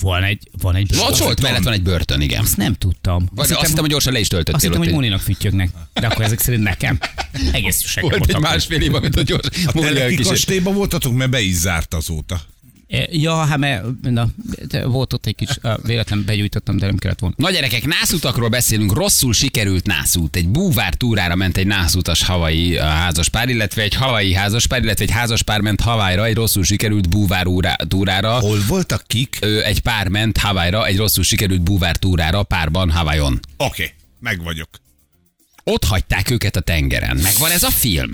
[SPEAKER 3] Van egy, van egy börtön.
[SPEAKER 2] Ott volt, mellett van egy börtön, igen.
[SPEAKER 3] Azt nem tudtam.
[SPEAKER 2] Vagy azt hittem, hogy gyorsan le is töltöttél
[SPEAKER 3] Azt hittem,
[SPEAKER 2] ott
[SPEAKER 3] hogy
[SPEAKER 2] egy-
[SPEAKER 3] Moninak füttyögnek, de akkor ezek szerint nekem. Egész segem
[SPEAKER 2] Volt egy másfél év, amit a gyors mondja egy
[SPEAKER 1] Teleki
[SPEAKER 2] kicsit.
[SPEAKER 1] kastélyban voltatok, mert be is zárt azóta.
[SPEAKER 3] Ja, hát mert na, de volt ott egy kis, ah, véletlen begyújtottam, de nem kellett volna.
[SPEAKER 2] Na gyerekek, nászutakról beszélünk, rosszul sikerült nászút. Egy búvár túrára ment egy nászutas havai ah, házaspár, illetve egy havai házaspár, illetve egy házaspár ment Hawaii-ra, egy rosszul sikerült búvár úrá- túrára.
[SPEAKER 1] Hol voltak kik? Oké,
[SPEAKER 2] Ö, egy pár ment Hawaii-ra, egy rosszul sikerült búvár túrára, párban Hawaiion.
[SPEAKER 1] okay, meg vagyok.
[SPEAKER 2] Ott hagyták őket a tengeren. Megvan ez a film?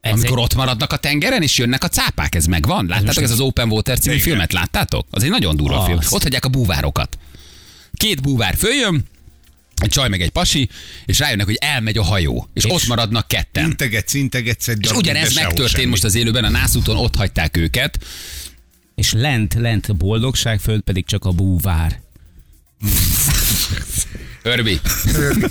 [SPEAKER 2] Ez Amikor ott maradnak a tengeren, és jönnek a cápák, ez megvan? Láttátok ez az Open Water című
[SPEAKER 1] Igen.
[SPEAKER 2] filmet? Láttátok? Az egy nagyon durva
[SPEAKER 3] Az.
[SPEAKER 2] film. Ott hagyják a búvárokat. Két búvár följön, egy csaj meg egy pasi, és rájönnek, hogy elmegy a hajó, és, és ott maradnak ketten.
[SPEAKER 1] Integetsz, integetsz egy
[SPEAKER 2] És
[SPEAKER 1] darabig,
[SPEAKER 2] ugyanez
[SPEAKER 1] de sehol
[SPEAKER 2] megtörtént
[SPEAKER 1] semmi.
[SPEAKER 2] most az élőben, a nászúton ott hagyták őket.
[SPEAKER 3] És lent, lent boldogság, föld pedig csak a búvár.
[SPEAKER 2] Örbi.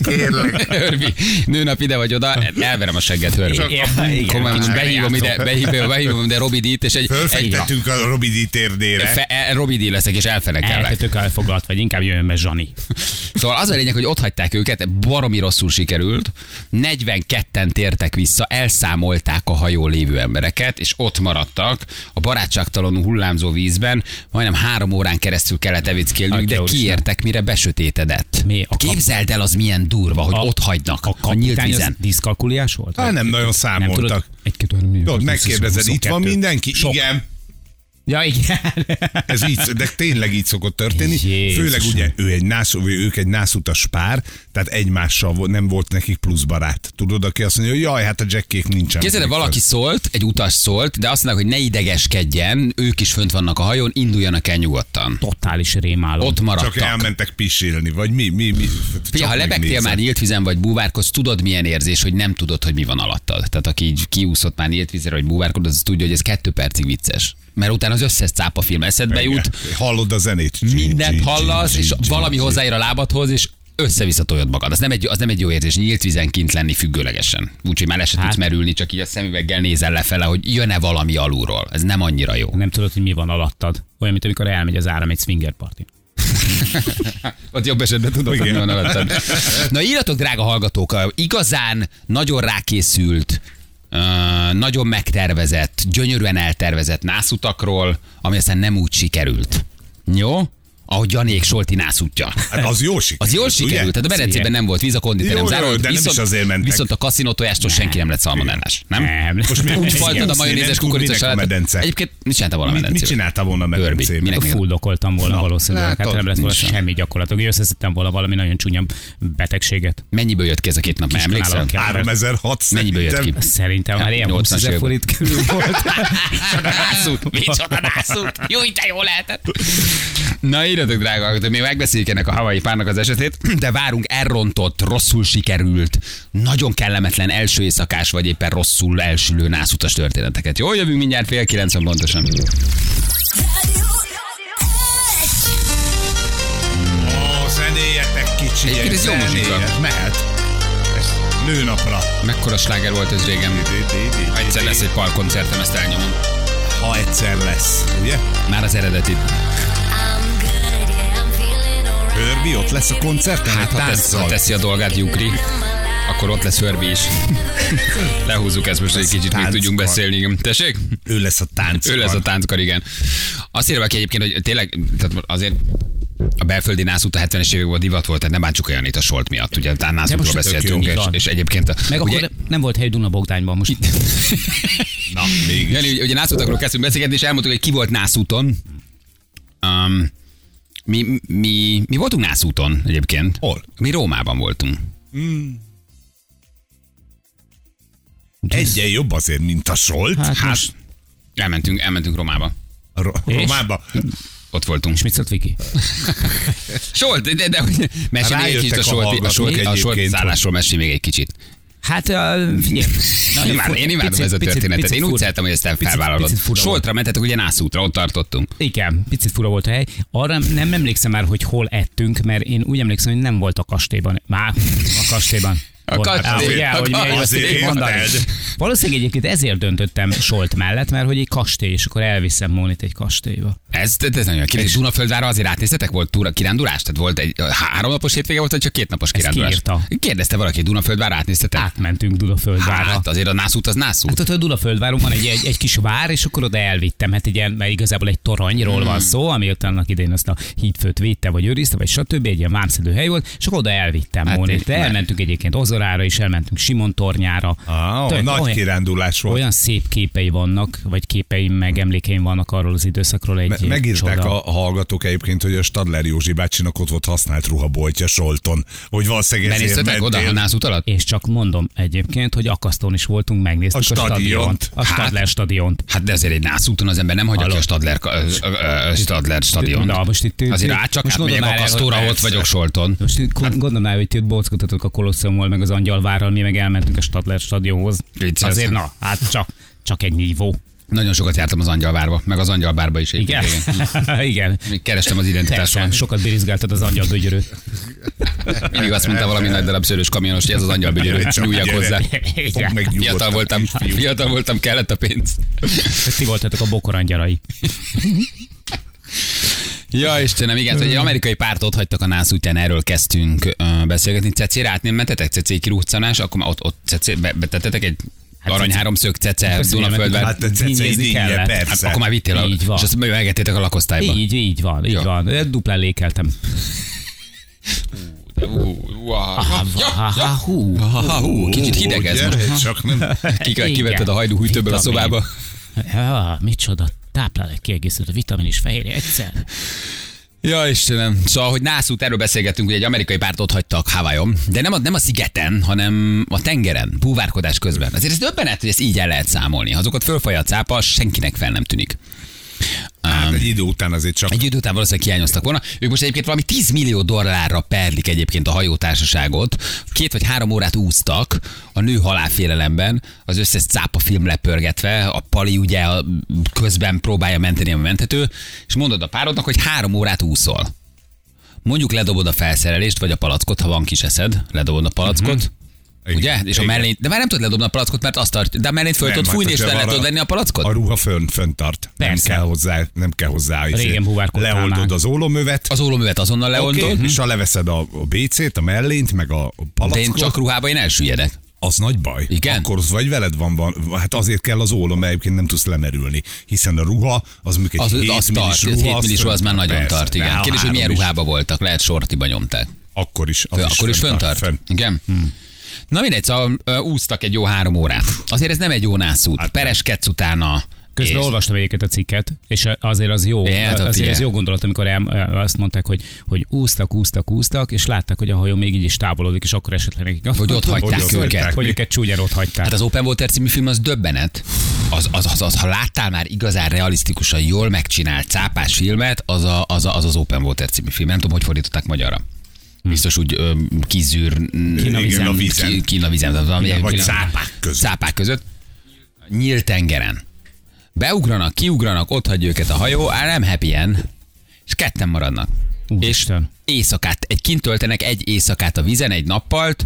[SPEAKER 2] Kérlek. Örbi, nőnap ide vagy oda, elverem a segget, Örbi.
[SPEAKER 1] Csak a búvár.
[SPEAKER 2] Komolyan, most behívom ide, behívom, behívom ide Robi D-t, és egy, egy
[SPEAKER 1] Fölfektettünk a Robi D. térdére.
[SPEAKER 2] fe, el- Robi D leszek, és elfelejtelek.
[SPEAKER 3] Elhetők elfoglalt, vagy inkább jöjjön be Zsani.
[SPEAKER 2] Szóval az a lényeg, hogy ott hagyták őket, baromi rosszul sikerült, 42-en tértek vissza, elszámolták a hajó lévő embereket, és ott maradtak a barátságtalanul hullámzó vízben, majdnem három órán keresztül kellett evickélnünk,
[SPEAKER 3] Atya
[SPEAKER 2] de
[SPEAKER 3] úristen.
[SPEAKER 2] kiértek, mire besötétedett.
[SPEAKER 3] Hát Mi? A kap-
[SPEAKER 2] Képzeld el, az milyen durva, hogy
[SPEAKER 3] A-
[SPEAKER 2] ott hagynak a, a nyílt
[SPEAKER 3] Kapitány az
[SPEAKER 2] vízen.
[SPEAKER 3] diszkalkuliás volt?
[SPEAKER 1] Hát nem nagyon
[SPEAKER 3] Nem tudod?
[SPEAKER 1] számoltak.
[SPEAKER 3] Egy, két, három, négy,
[SPEAKER 1] Tudod,
[SPEAKER 3] öt,
[SPEAKER 1] megkérdezed, itt van
[SPEAKER 3] 22.
[SPEAKER 1] mindenki?
[SPEAKER 3] Sok.
[SPEAKER 1] Igen.
[SPEAKER 3] Ja, igen.
[SPEAKER 1] Ez így, de tényleg így szokott történni.
[SPEAKER 3] Jézusom.
[SPEAKER 1] Főleg ugye ő egy nász, vagy ők egy nászutas pár, tehát egymással vo- nem volt nekik plusz barát. Tudod, aki azt mondja, hogy jaj, hát a jackék nincsen.
[SPEAKER 2] Képzeld, el,
[SPEAKER 1] meg
[SPEAKER 2] valaki szólt, egy utas szólt, de azt mondják, hogy ne idegeskedjen, ők is fönt vannak a hajón, induljanak el nyugodtan.
[SPEAKER 3] Totális rémálom.
[SPEAKER 2] Ott
[SPEAKER 1] föl. Csak
[SPEAKER 2] maradtak.
[SPEAKER 1] elmentek pisilni, vagy mi, mi, mi.
[SPEAKER 2] Fia,
[SPEAKER 1] Csak
[SPEAKER 2] ha lebegtél
[SPEAKER 1] megnézed.
[SPEAKER 2] már nyílt vízen vagy búvárkodsz, tudod milyen érzés, hogy nem tudod, hogy mi van alattad. Tehát aki így kiúszott már nyílt vízre, vagy búvárkodott, az tudja, hogy ez kettő percig vicces. Mert utána az összes cápa film eszedbe
[SPEAKER 1] Igen.
[SPEAKER 2] jut,
[SPEAKER 1] Hallod a zenét.
[SPEAKER 2] mindent hallasz, és valami hozzáér a lábadhoz, és összeviszatoljod magad. Az nem, egy, az nem egy jó érzés, nyílt vízen kint lenni függőlegesen. Úgyhogy már le se tudsz
[SPEAKER 1] Hát.
[SPEAKER 2] merülni, csak így a szemüveggel nézel lefele, hogy jön-e valami alulról. Ez nem annyira jó.
[SPEAKER 3] Nem tudod, hogy mi van alattad. Olyan, mint amikor elmegy az áram egy swinger party.
[SPEAKER 2] Ott jobb esetben tudod, hogy mi van alattad. Na írjatok, drága hallgatók, a igazán nagyon rákészült, ö, nagyon megtervezett, gyönyörűen eltervezett nászutakról, ami aztán nem úgy sikerült. Jó? Ahogy Janék Solti nászútja.
[SPEAKER 1] Hát az jó sikerült.
[SPEAKER 2] Az jól sikerült,
[SPEAKER 1] Ugye?
[SPEAKER 2] tehát a medencében nem volt víz, a konditerem
[SPEAKER 1] Jó, jó,
[SPEAKER 2] zárult,
[SPEAKER 1] de nem is azért mentek.
[SPEAKER 2] viszont a kaszinótojástól senki nem lett szalmonellás, nem?
[SPEAKER 3] Most mi?
[SPEAKER 2] Úgy
[SPEAKER 1] Igen.
[SPEAKER 2] faltad a
[SPEAKER 1] Úszni nem
[SPEAKER 2] majonézes
[SPEAKER 1] tud, minek a
[SPEAKER 2] kukoricasalátot.
[SPEAKER 1] medence?
[SPEAKER 2] Egyébként mit csinálta volna a
[SPEAKER 1] Mit,
[SPEAKER 2] medence?
[SPEAKER 1] mit csináltál volna a
[SPEAKER 2] Börbi.
[SPEAKER 1] medencében?
[SPEAKER 2] Minek?
[SPEAKER 3] Fuldokoltam volna
[SPEAKER 1] Na,
[SPEAKER 3] valószínűleg. Hát
[SPEAKER 1] látod,
[SPEAKER 3] nem lett volna
[SPEAKER 2] nincs.
[SPEAKER 3] semmi gyakorlatok. Összeszedtem volna valami nagyon csúnya betegséget.
[SPEAKER 2] Mennyiből jött ki ez a két nap? Már
[SPEAKER 3] Kis
[SPEAKER 2] Emlékszel?
[SPEAKER 3] kanálon kell.
[SPEAKER 1] 3600.
[SPEAKER 2] Mennyiből jött ki? Hát
[SPEAKER 3] Szerintem már ilyen 20
[SPEAKER 2] 80-as
[SPEAKER 3] ezer
[SPEAKER 2] évek.
[SPEAKER 3] forint körül volt.
[SPEAKER 2] Micsoda nászút, micsoda nászút. Jó, te jó lehetett. Na írjatok, drága hallgatók, mi megbeszéljük ennek a havai párnak az esetét, de várunk elrontott, rosszul sikerült, nagyon kellemetlen első éjszakás, vagy éppen rosszul elsülő nászutas történeteket. Jó, jövünk mindjárt fél kilencen pontosan.
[SPEAKER 1] Ó, zenéjetek kicsi.
[SPEAKER 2] Egyébként ez jó muzsika.
[SPEAKER 1] Mehet. Ez nőnapra.
[SPEAKER 2] Mekkora sláger volt ez régen? Ha Egyszer lesz egy palkoncertem, ezt elnyomom.
[SPEAKER 1] Ha egyszer lesz, ugye?
[SPEAKER 2] Már az eredetit.
[SPEAKER 1] Örbi ott lesz a koncerten,
[SPEAKER 2] Hát, ha, tesz, ha
[SPEAKER 1] táncol.
[SPEAKER 2] teszi a dolgát Jukri, akkor ott lesz Hörbi is. Lehúzzuk ezt most egy kicsit, még
[SPEAKER 1] Tánckar.
[SPEAKER 2] tudjunk beszélni. Igen. Tessék?
[SPEAKER 1] Ő lesz a tánc.
[SPEAKER 2] Ő lesz a tánckar, igen. Azt írva ki egyébként, hogy tényleg tehát azért a belföldi nászút a 70-es években a divat volt, tehát nem bántsuk olyan itt a solt miatt. Ugye tán nászútról
[SPEAKER 3] most tök
[SPEAKER 2] beszéltünk,
[SPEAKER 3] jó,
[SPEAKER 2] és,
[SPEAKER 3] így van.
[SPEAKER 2] és, egyébként... A,
[SPEAKER 3] Meg
[SPEAKER 2] ugye,
[SPEAKER 3] akkor nem volt hely Duna Bogdányban most.
[SPEAKER 1] Na, még.
[SPEAKER 2] Jani, ugye, ugye nászútakról kezdtünk beszélgetni, és elmondtuk, hogy ki volt nászúton. Um, mi, mi, mi voltunk nászúton egyébként.
[SPEAKER 1] Hol?
[SPEAKER 2] Mi Rómában voltunk.
[SPEAKER 1] Egyen jobb azért, mint a Solt. Hát,
[SPEAKER 2] Hát, elmentünk, elmentünk Romába.
[SPEAKER 1] Ro- Romába.
[SPEAKER 2] Ott voltunk.
[SPEAKER 3] És mit szólt Viki?
[SPEAKER 2] Solt, de, de, de mesélj még egy kicsit
[SPEAKER 1] Rájöttek
[SPEAKER 2] a
[SPEAKER 1] a
[SPEAKER 2] solt, a solt, a
[SPEAKER 1] hallgatók
[SPEAKER 2] solt
[SPEAKER 1] egyébként,
[SPEAKER 2] szállásról mesélj még egy kicsit.
[SPEAKER 3] Hát, uh, figyelj. nagyon
[SPEAKER 2] Imádom,
[SPEAKER 3] fur-
[SPEAKER 2] én imádom
[SPEAKER 3] picit-
[SPEAKER 2] ezt a
[SPEAKER 3] picit-
[SPEAKER 2] történetet.
[SPEAKER 3] picit
[SPEAKER 2] én úgy
[SPEAKER 3] fur-
[SPEAKER 2] szeretem, hogy ezt te
[SPEAKER 3] picit-
[SPEAKER 2] felvállalod.
[SPEAKER 3] picit fura volt.
[SPEAKER 2] Soltra mentetek, ugye Nászútra, ott tartottunk.
[SPEAKER 3] Igen, picit fura volt a hely. Arra nem emlékszem már, hogy hol ettünk, mert én úgy emlékszem, hogy nem volt a kastélyban. Már a kastélyban.
[SPEAKER 2] A
[SPEAKER 3] Volt-
[SPEAKER 2] kastély.
[SPEAKER 3] Á, ugye,
[SPEAKER 2] A
[SPEAKER 3] hogy miért azt
[SPEAKER 1] kastély.
[SPEAKER 3] tudjuk mondani.
[SPEAKER 1] Érted?
[SPEAKER 3] Valószínűleg egyébként ezért döntöttem Solt mellett, mert hogy egy kastély, és akkor elviszem Mónit egy kastélyba.
[SPEAKER 2] Ez, ez nagyon jó. Kérdés, Dunaföldvára azért átnéztetek? Volt túra kirándulás? Tehát volt egy ö, háromnapos hétvége volt, vagy csak két napos kirándulás?
[SPEAKER 3] kiírta.
[SPEAKER 2] Kérdezte valaki, Dunaföldvára átnéztetek?
[SPEAKER 3] Átmentünk Dudaföldvára.
[SPEAKER 2] Hát azért a nászút az nászút.
[SPEAKER 3] Hát ott a Dunaföldváron van egy, egy, egy kis vár, és akkor oda elvittem. Hát egy ilyen, mert igazából egy toronyról van szó, ami ott annak idején azt a hídfőt védte, vagy őrizte, vagy stb. Egy ilyen vámszedő hely volt, és akkor oda elvittem
[SPEAKER 2] Hát
[SPEAKER 3] hát Mónit.
[SPEAKER 2] így, már.
[SPEAKER 3] Elmentünk egyébként Ozorára is, elmentünk Simon tornyára.
[SPEAKER 1] Ah,
[SPEAKER 3] Tök-
[SPEAKER 1] nagy
[SPEAKER 3] olyan-
[SPEAKER 1] kirándulás volt.
[SPEAKER 3] Olyan szép képei vannak, vagy képeim, meg emlékeim vannak arról az időszakról egy
[SPEAKER 1] Me- megírták
[SPEAKER 3] csoda.
[SPEAKER 1] a hallgatók egyébként, hogy a Stadler Józsi bácsinak ott volt használt ruhaboltja Solton, hogy valószínűleg ezért
[SPEAKER 2] Benéztetek oda
[SPEAKER 1] mentél.
[SPEAKER 2] a nászút alatt?
[SPEAKER 3] És csak mondom egyébként, hogy akasztón is voltunk, megnéztük
[SPEAKER 1] A
[SPEAKER 3] a,
[SPEAKER 1] stadiont.
[SPEAKER 3] stadiont. A Stadler stadiont.
[SPEAKER 2] Hát de azért egy nászúton az ember nem hagyja ki a Stadler, ö, ö, ö, Stadler stadiont.
[SPEAKER 3] Na, most itt-
[SPEAKER 2] azért
[SPEAKER 3] itt-
[SPEAKER 2] át csak
[SPEAKER 3] most
[SPEAKER 2] átmegyek a
[SPEAKER 3] gondolom el,
[SPEAKER 2] Kasztóra,
[SPEAKER 3] hogy
[SPEAKER 2] ott vagyok Solton.
[SPEAKER 3] Most itt hát, gondolom el, hogy ti ott bolckotatok a Kolosszommal, meg az Angyalvárral, mi meg elmentünk a Stadler stadionhoz.
[SPEAKER 2] Vicces.
[SPEAKER 3] Azért na, hát csak, csak egy nívó.
[SPEAKER 2] Nagyon sokat jártam az angyalvárba, meg az angyalbárba is.
[SPEAKER 3] Igen? Igen.
[SPEAKER 2] Még kerestem az
[SPEAKER 3] Persze,
[SPEAKER 2] identitásomat.
[SPEAKER 3] sokat birizgáltad az angyal bögyörőt.
[SPEAKER 2] Mindig azt mondta valami nagy darab szőrös kamionos, hogy ez az angyal begyőr,
[SPEAKER 1] Csak
[SPEAKER 2] nyúljak
[SPEAKER 1] gyere.
[SPEAKER 2] hozzá.
[SPEAKER 1] Fogd meg nyugodtan,
[SPEAKER 2] Fiatal voltam,
[SPEAKER 1] kisfiú.
[SPEAKER 2] fiatal voltam, kellett a pénz.
[SPEAKER 3] Ti voltatok a bokorangyalai.
[SPEAKER 2] Ja, Istenem, igen,
[SPEAKER 3] Mm.
[SPEAKER 2] szóval egy amerikai párt ott hagytak a NASZ útján, erről kezdtünk ö, beszélgetni. Cecére átném, mentetek Cecé kiruccanás, akkor már ott, ott Cecé, be- betettetek egy
[SPEAKER 3] Hát
[SPEAKER 2] arany
[SPEAKER 3] Cecé-
[SPEAKER 2] háromszög Cece,
[SPEAKER 3] Köszönöm,
[SPEAKER 2] Dunaföldvár.
[SPEAKER 1] Hát a cecei
[SPEAKER 3] Dinnyézni
[SPEAKER 1] dinnye,
[SPEAKER 3] kellett.
[SPEAKER 2] Hát,
[SPEAKER 1] persze.
[SPEAKER 2] akkor már vittél, a,
[SPEAKER 3] Így van.
[SPEAKER 2] és azt megvegettétek a lakosztályba.
[SPEAKER 3] Így, így van, így
[SPEAKER 2] Jó.
[SPEAKER 3] van. Duplán lékeltem.
[SPEAKER 2] Ú, ú, ah.
[SPEAKER 3] Ah, ah, ah, hú.
[SPEAKER 2] Ah, hú, Kicsit
[SPEAKER 1] Ó,
[SPEAKER 2] hideg ez
[SPEAKER 1] ugye?
[SPEAKER 2] most.
[SPEAKER 1] Csak nem.
[SPEAKER 2] Ki-
[SPEAKER 3] Igen.
[SPEAKER 2] Kivetted a hajdúhűtőből a
[SPEAKER 3] Vitamin.
[SPEAKER 2] szobába.
[SPEAKER 3] Ah, micsoda táplálék kiegészítő vitamin és fehérje egyszer.
[SPEAKER 2] Ja, Istenem. Szóval, hogy nászút, erről beszélgettünk, hogy egy amerikai párt ott hagytak Hawaiion, de nem a, nem a szigeten, hanem a tengeren, búvárkodás közben. Azért ez döbbenet, hogy ezt így el lehet számolni. Ha azokat fölfajja a cápa, senkinek fel nem tűnik.
[SPEAKER 1] Hát egy idő után azért csak
[SPEAKER 2] Egy idő után valószínűleg hiányoztak volna. Ők most egyébként valami 10 millió dollárra perlik egyébként a hajótársaságot. Két vagy három órát úsztak a nő halálfélelemben, az összes cápa film lepörgetve, a Pali ugye a- közben próbálja menteni a menthető, és mondod a párodnak, hogy három órát úszol. Mondjuk ledobod a felszerelést, vagy a palackot, ha van kis eszed, ledobod a palackot,
[SPEAKER 1] Mhm. Igen.
[SPEAKER 2] Ugye? És a
[SPEAKER 1] Igen.
[SPEAKER 2] mellényt, de már nem tudod ledobni a palackot, mert azt tart, de a mellényt föl
[SPEAKER 1] Nem,
[SPEAKER 2] tudod
[SPEAKER 1] hát
[SPEAKER 2] fújni, és
[SPEAKER 1] hogyha
[SPEAKER 2] le
[SPEAKER 1] van
[SPEAKER 2] tudod venni a palackot.
[SPEAKER 1] A ruha fönn, fönn tart. Nem
[SPEAKER 3] Persze.
[SPEAKER 1] kell hozzá, nem kell hozzá. izé.
[SPEAKER 3] Régen búvárkodtál
[SPEAKER 1] Leoldod
[SPEAKER 3] már.
[SPEAKER 1] az ólomövet,
[SPEAKER 2] Az ólomövet azonnal leontod,
[SPEAKER 1] okay. és ha leveszed a, a BC-t, a mellényt, meg a a
[SPEAKER 2] de én
[SPEAKER 1] palackot,
[SPEAKER 2] csak ruhában én elsüllyedek.
[SPEAKER 1] az nagy baj.
[SPEAKER 2] Igen?
[SPEAKER 1] Akkor az vagy veled van, van, hát azért kell az ólom, mert egyébként nem tudsz lemerülni, hiszen a ruha, az mondjuk egy
[SPEAKER 2] Az,
[SPEAKER 1] 7
[SPEAKER 2] az
[SPEAKER 1] millis
[SPEAKER 2] tart,
[SPEAKER 1] ruha,
[SPEAKER 2] ruha, 7 millis ruha, az már
[SPEAKER 1] fönn
[SPEAKER 2] nagyon
[SPEAKER 1] persze,
[SPEAKER 2] tart, igen.
[SPEAKER 1] de a
[SPEAKER 2] Kérdés, hogy milyen
[SPEAKER 1] három is.
[SPEAKER 2] ruhába voltak, lehet sortiba nyomták.
[SPEAKER 1] Akkor is. Az
[SPEAKER 2] Fő, akkor is
[SPEAKER 1] fönn
[SPEAKER 2] föntart?
[SPEAKER 1] fönn.
[SPEAKER 2] Igen.
[SPEAKER 1] Hmm.
[SPEAKER 2] Na mindegy, szóval ö, úsztak egy jó három órát. Azért ez nem egy jó nászút. Hát, Pereskedsz utána.
[SPEAKER 3] Közben
[SPEAKER 2] és-
[SPEAKER 3] olvastam egyébként a cikket, és azért az jó,
[SPEAKER 2] Igen, hát ott
[SPEAKER 3] azért
[SPEAKER 2] igen.
[SPEAKER 3] az jó gondolat, amikor el, azt mondták, hogy, hogy úsztak, úsztak, úsztak, és látták, hogy a hajó még így is távolodik, és akkor esetleg nekik azt
[SPEAKER 2] Hogy ott hagyták
[SPEAKER 1] ott
[SPEAKER 2] őket.
[SPEAKER 1] hagyták.
[SPEAKER 3] hogy őket csúnyán ott hagyták.
[SPEAKER 2] Hát
[SPEAKER 3] Hát
[SPEAKER 2] az Open Water című film az döbbenet. Az, az, az, az, ha láttál már igazán realisztikusan jól megcsinált cápás filmet, az a, az, a, az, az Open Water című film. Nem tudom, hogy fordították magyarra. Biztos úgy ö, kizűr...
[SPEAKER 1] Hm. Kína vízen.
[SPEAKER 2] Ki- Kína vízen. tehát valami-
[SPEAKER 1] Vagy
[SPEAKER 2] Kína-
[SPEAKER 1] cápák között.
[SPEAKER 2] Cápák között. Nyílt tengeren. Beugranak, kiugranak, ott hagyja őket a hajó, á, nem happy end. És ketten maradnak. és
[SPEAKER 3] Úristen.
[SPEAKER 2] éjszakát, egy kint töltenek egy éjszakát a vízen, egy nappalt,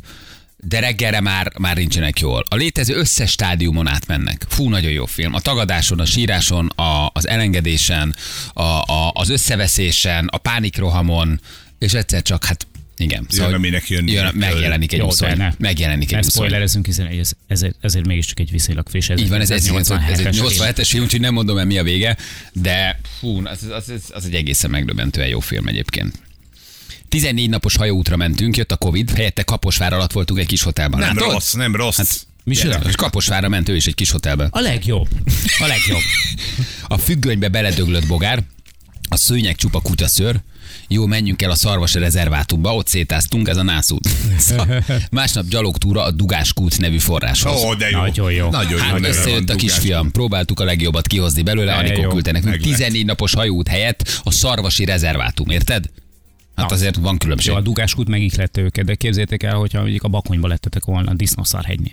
[SPEAKER 2] de reggelre már, már nincsenek jól. A létező összes stádiumon átmennek. Fú, nagyon jó film. A tagadáson, a síráson, a, az elengedésen, a, a, az összeveszésen, a pánikrohamon, és egyszer csak, hát igen.
[SPEAKER 1] aminek jönni
[SPEAKER 2] jön,
[SPEAKER 1] kell.
[SPEAKER 2] megjelenik egy
[SPEAKER 3] Jó, de
[SPEAKER 2] uszony.
[SPEAKER 3] ne.
[SPEAKER 2] Megjelenik egy
[SPEAKER 3] ne
[SPEAKER 2] uszony.
[SPEAKER 3] spoilerezünk, hiszen ez, ez, ezért mégiscsak egy viszonylag friss.
[SPEAKER 2] Így van, ez, ez, egy- ez, egy- ez egy
[SPEAKER 3] 87-es.
[SPEAKER 2] 87-es film, úgyhogy nem mondom el mi a vége, de fú, az, az, az, az egy egészen megdöbbentően jó film egyébként. 14 napos hajóútra mentünk, jött a Covid, helyette Kaposvár alatt voltunk egy kis hotelben.
[SPEAKER 1] Nem
[SPEAKER 2] Látod?
[SPEAKER 1] rossz, nem rossz. Hát,
[SPEAKER 2] Mi
[SPEAKER 3] csinál?
[SPEAKER 2] És Kaposvárra ment ő is egy kis hotelben.
[SPEAKER 3] A legjobb. A legjobb.
[SPEAKER 2] A függönybe beledöglött bogár, a szőnyeg csupa kutaszőr, jó, menjünk el a szarvas rezervátumba, ott szétáztunk, ez a nászút. Szóval másnap gyalogtúra a Dugáskút nevű forráshoz.
[SPEAKER 1] Ó, de jó.
[SPEAKER 3] Nagyon jó.
[SPEAKER 1] Nagyon jó.
[SPEAKER 2] Hát
[SPEAKER 1] neve van,
[SPEAKER 2] összejött a
[SPEAKER 1] Dugás.
[SPEAKER 2] kisfiam, próbáltuk a legjobbat kihozni belőle,
[SPEAKER 3] De
[SPEAKER 2] Anikó
[SPEAKER 3] jó,
[SPEAKER 2] küldte nekünk
[SPEAKER 1] meg lett.
[SPEAKER 2] 14 napos hajóút helyett a szarvasi rezervátum, érted? Hát azért van különbség.
[SPEAKER 3] Jó, a dugáskút megihlette őket, de képzeljétek el, hogyha mondjuk a bakonyba lettetek volna a disznószárhegynél.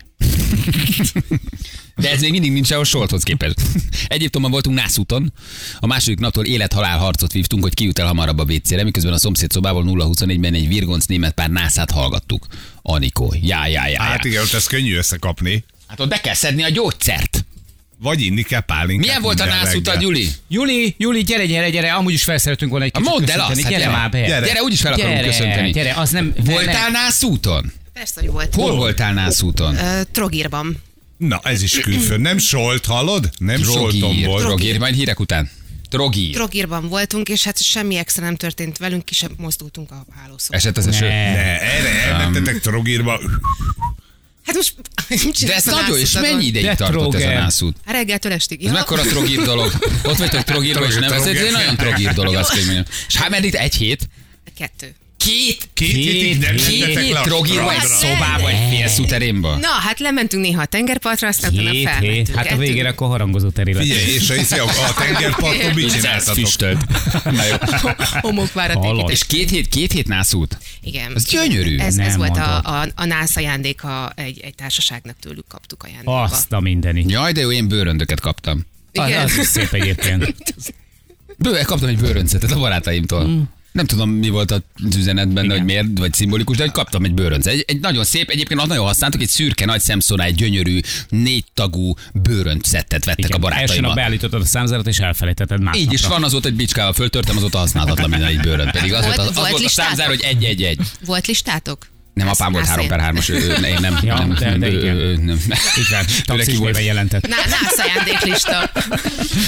[SPEAKER 2] De ez még mindig nincs sehol Solthoz képest. Egyiptomban voltunk Nászúton, a második naptól élet-halál harcot vívtunk, hogy ki jut el hamarabb a WC-re, miközben a szomszéd szobából 0-24-ben egy virgonc német pár nászát hallgattuk. Anikó, já, já, já,
[SPEAKER 1] Hát
[SPEAKER 2] já.
[SPEAKER 1] igen, ott ezt könnyű összekapni.
[SPEAKER 2] Hát ott be kell szedni a gyógyszert.
[SPEAKER 1] Vagy inni kell pálinkát.
[SPEAKER 2] Milyen volt a
[SPEAKER 1] Hát minden
[SPEAKER 2] nászút a
[SPEAKER 1] reggel.
[SPEAKER 2] Gyuli?
[SPEAKER 3] Juli, Juli, gyere, gyere, gyere, amúgy is felszeretünk volna egy
[SPEAKER 2] A
[SPEAKER 3] kicsit
[SPEAKER 2] mondd el azt,
[SPEAKER 3] köszönteni.
[SPEAKER 2] hát
[SPEAKER 3] gyere, már be.
[SPEAKER 2] Gyere, gyere úgyis fel akarunk
[SPEAKER 3] Gyere,
[SPEAKER 2] köszönteni.
[SPEAKER 3] gyere, az nem- ne-
[SPEAKER 2] Voltál Nászúton?
[SPEAKER 7] Persze, hogy volt.
[SPEAKER 2] Hol voltál Nászúton?
[SPEAKER 7] Ö, Trogírban.
[SPEAKER 1] Na, ez is külföld. Nem solt, hallod? Nem soltom
[SPEAKER 2] Trogír,
[SPEAKER 1] volt.
[SPEAKER 2] Trogír, majd hírek után. Trogír.
[SPEAKER 7] Trogírban voltunk, és hát semmi extra nem történt velünk, ki sem mozdultunk a hálószobában.
[SPEAKER 2] Esett az eső?
[SPEAKER 3] Ne.
[SPEAKER 1] Ne, erre elmentetek Trogírba.
[SPEAKER 7] Hát most... mit
[SPEAKER 2] De
[SPEAKER 7] csinálsz
[SPEAKER 2] ez
[SPEAKER 7] a
[SPEAKER 2] nagyon, és
[SPEAKER 7] nászutatod?
[SPEAKER 2] mennyi
[SPEAKER 3] De
[SPEAKER 2] ideig tartott ez a
[SPEAKER 3] Troger.
[SPEAKER 2] nászút?
[SPEAKER 7] Hát Reggeltől estig.
[SPEAKER 2] Ez
[SPEAKER 7] Ja.
[SPEAKER 2] mekkora trogír dolog. Ott vagytok trogírba, és nem vezet, ez egy nagyon trogír dolog, azt kell mondjam. És hát meddig egy hét?
[SPEAKER 7] Kettő.
[SPEAKER 2] Két?
[SPEAKER 1] Két hétig nem
[SPEAKER 2] Két
[SPEAKER 1] mentetek
[SPEAKER 2] hét
[SPEAKER 1] le a
[SPEAKER 2] trogírba egy
[SPEAKER 1] strandra.
[SPEAKER 7] szó-
[SPEAKER 2] szobába, egy félszuterénba?
[SPEAKER 7] Na, hát lementünk néha a tengerpartra, aztán utána
[SPEAKER 3] Hét, hét.
[SPEAKER 7] felmentünk.
[SPEAKER 3] Hát a
[SPEAKER 7] Ettünk.
[SPEAKER 3] végére akkor harangozó terület.
[SPEAKER 1] Figyelj, és a, izé, a, a tengerparton mit
[SPEAKER 2] Száz
[SPEAKER 1] csináltatok?
[SPEAKER 2] füstölt. Na jó.
[SPEAKER 7] Homokvárat építettünk.
[SPEAKER 2] És két hét, két hét nászút?
[SPEAKER 7] Igen.
[SPEAKER 2] Ez gyönyörű.
[SPEAKER 7] Ez, ez
[SPEAKER 3] Nem
[SPEAKER 7] volt a,
[SPEAKER 3] mondod.
[SPEAKER 7] a, a NASZ ajándéka, egy, egy társaságnak tőlük kaptuk ajándékba.
[SPEAKER 3] Azt a mindenit.
[SPEAKER 2] Jaj, de jó, én bőröndöket kaptam.
[SPEAKER 3] Az,
[SPEAKER 7] Igen.
[SPEAKER 3] az is szép egyébként.
[SPEAKER 2] Bőve kaptam egy bőröncetet a barátaimtól.
[SPEAKER 3] Mm.
[SPEAKER 2] Nem tudom, mi volt a üzenetben, hogy miért, vagy szimbolikus, de hogy kaptam egy bőröncet. Egy, egy nagyon szép, egyébként azt nagyon használtuk, egy szürke, nagy szemszorá, egy gyönyörű, négytagú bőröncetet vettek a
[SPEAKER 3] Első nap
[SPEAKER 2] barátaimmal.
[SPEAKER 3] beállítottad a számzárat, és elfelejtetted másnapra.
[SPEAKER 2] Így is van azóta egy bicskával föltörtem, azóta használhatatlan minden egy bőrönt. Pedig az
[SPEAKER 7] Volt-
[SPEAKER 2] volt, az, az
[SPEAKER 7] volt
[SPEAKER 2] volt a
[SPEAKER 7] listátok?
[SPEAKER 2] számzár, hogy egy-egy-egy.
[SPEAKER 7] Volt listátok?
[SPEAKER 2] Nem, apám volt
[SPEAKER 7] Nász
[SPEAKER 2] 3
[SPEAKER 7] én.
[SPEAKER 2] per 3-as, én nem.
[SPEAKER 3] Ja,
[SPEAKER 2] nem,
[SPEAKER 3] de-
[SPEAKER 2] nem,
[SPEAKER 3] de
[SPEAKER 2] ő-
[SPEAKER 3] igen.
[SPEAKER 2] ő- nem.
[SPEAKER 3] Így
[SPEAKER 2] Tőle
[SPEAKER 3] van.
[SPEAKER 2] ki
[SPEAKER 3] Taxis
[SPEAKER 2] volt?
[SPEAKER 3] néven jelentett.
[SPEAKER 7] Na, NASZ ajándéklista.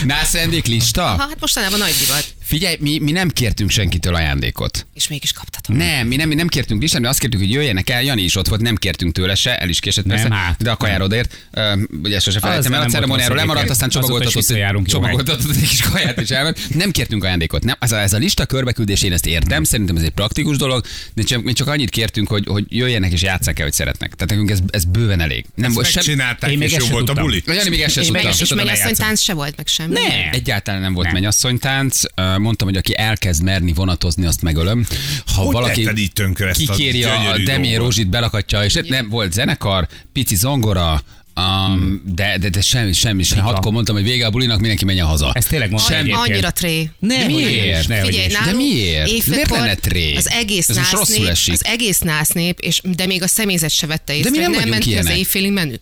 [SPEAKER 2] Nász
[SPEAKER 7] Ha,
[SPEAKER 2] lista?
[SPEAKER 7] hát mostanában nagy divat.
[SPEAKER 2] Figyelj, mi, mi nem kértünk senkitől ajándékot.
[SPEAKER 7] És mégis kaptatok.
[SPEAKER 2] Nem, mi nem, mi nem kértünk listát, mi azt kértük, hogy jöjjenek el, Jani is ott volt, nem kértünk tőle se, el is késett
[SPEAKER 3] Nem,
[SPEAKER 2] persze,
[SPEAKER 3] hát.
[SPEAKER 2] de a kajára odaért, Ö, ugye sose felejtem
[SPEAKER 3] nem
[SPEAKER 2] el, a
[SPEAKER 3] volt
[SPEAKER 2] ceremoniáról
[SPEAKER 3] rossz
[SPEAKER 2] lemaradt,
[SPEAKER 3] egyébként.
[SPEAKER 2] aztán
[SPEAKER 3] Azóta is
[SPEAKER 2] csomagoltatott, egy-
[SPEAKER 3] visszajárunk jó
[SPEAKER 2] csomagoltatott egy kis kaját és elment. Nem kértünk ajándékot. Nem, ez, a, ez a lista körbeküldés, én ezt értem, szerintem ez egy praktikus dolog, de csak, mi csak annyit kértünk, hogy, hogy jöjjenek és játsszák el, hogy szeretnek. Tehát nekünk ez, ez bőven elég. Nem volt sem...
[SPEAKER 1] Megcsinálták,
[SPEAKER 3] Én még
[SPEAKER 1] és
[SPEAKER 3] ezt
[SPEAKER 1] jó
[SPEAKER 3] se
[SPEAKER 1] volt a
[SPEAKER 3] tudtam.
[SPEAKER 1] buli.
[SPEAKER 2] A Jani még ezt sem
[SPEAKER 3] Én meg
[SPEAKER 2] tudta.
[SPEAKER 7] És
[SPEAKER 3] tudom
[SPEAKER 7] mennyasszony
[SPEAKER 3] eljátszani.
[SPEAKER 7] tánc se volt meg semmi.
[SPEAKER 3] Ne.
[SPEAKER 2] Egyáltalán nem volt
[SPEAKER 3] Nem.
[SPEAKER 2] mennyasszonytánc. Ö, Mondtam, hogy aki elkezd merni vonatozni, azt megölöm. Ha
[SPEAKER 1] Hogy
[SPEAKER 2] valaki
[SPEAKER 1] tetted így tönkre ezt a
[SPEAKER 2] kikéri a, a
[SPEAKER 1] gyönyörű
[SPEAKER 2] Demi
[SPEAKER 1] dolgot?
[SPEAKER 2] Rózsit, belakatja, és hát nem volt zenekar, pici zongora, Um, de, de, de semmi, semmi, sem. Hatkor mondtam, hogy vége a bulinak, mindenki menjen haza.
[SPEAKER 3] Ez tényleg mondta
[SPEAKER 7] Semmi.
[SPEAKER 3] egyébként.
[SPEAKER 7] Annyira tré.
[SPEAKER 3] Ne,
[SPEAKER 2] Miért?
[SPEAKER 3] Ne,
[SPEAKER 7] Figyelj,
[SPEAKER 2] is.
[SPEAKER 7] nálunk
[SPEAKER 2] De miért?
[SPEAKER 7] évfélkor
[SPEAKER 2] Miért lenne tré?
[SPEAKER 7] Az egész
[SPEAKER 2] Ez most
[SPEAKER 7] nász
[SPEAKER 2] rosszul
[SPEAKER 7] nép,
[SPEAKER 2] esik.
[SPEAKER 7] az egész nász nép, és, de még a személyzet se vette észre,
[SPEAKER 2] mi nem
[SPEAKER 7] hogy nem
[SPEAKER 2] vagyunk
[SPEAKER 7] ment ki az
[SPEAKER 2] ilyenek.
[SPEAKER 7] éjféli menü.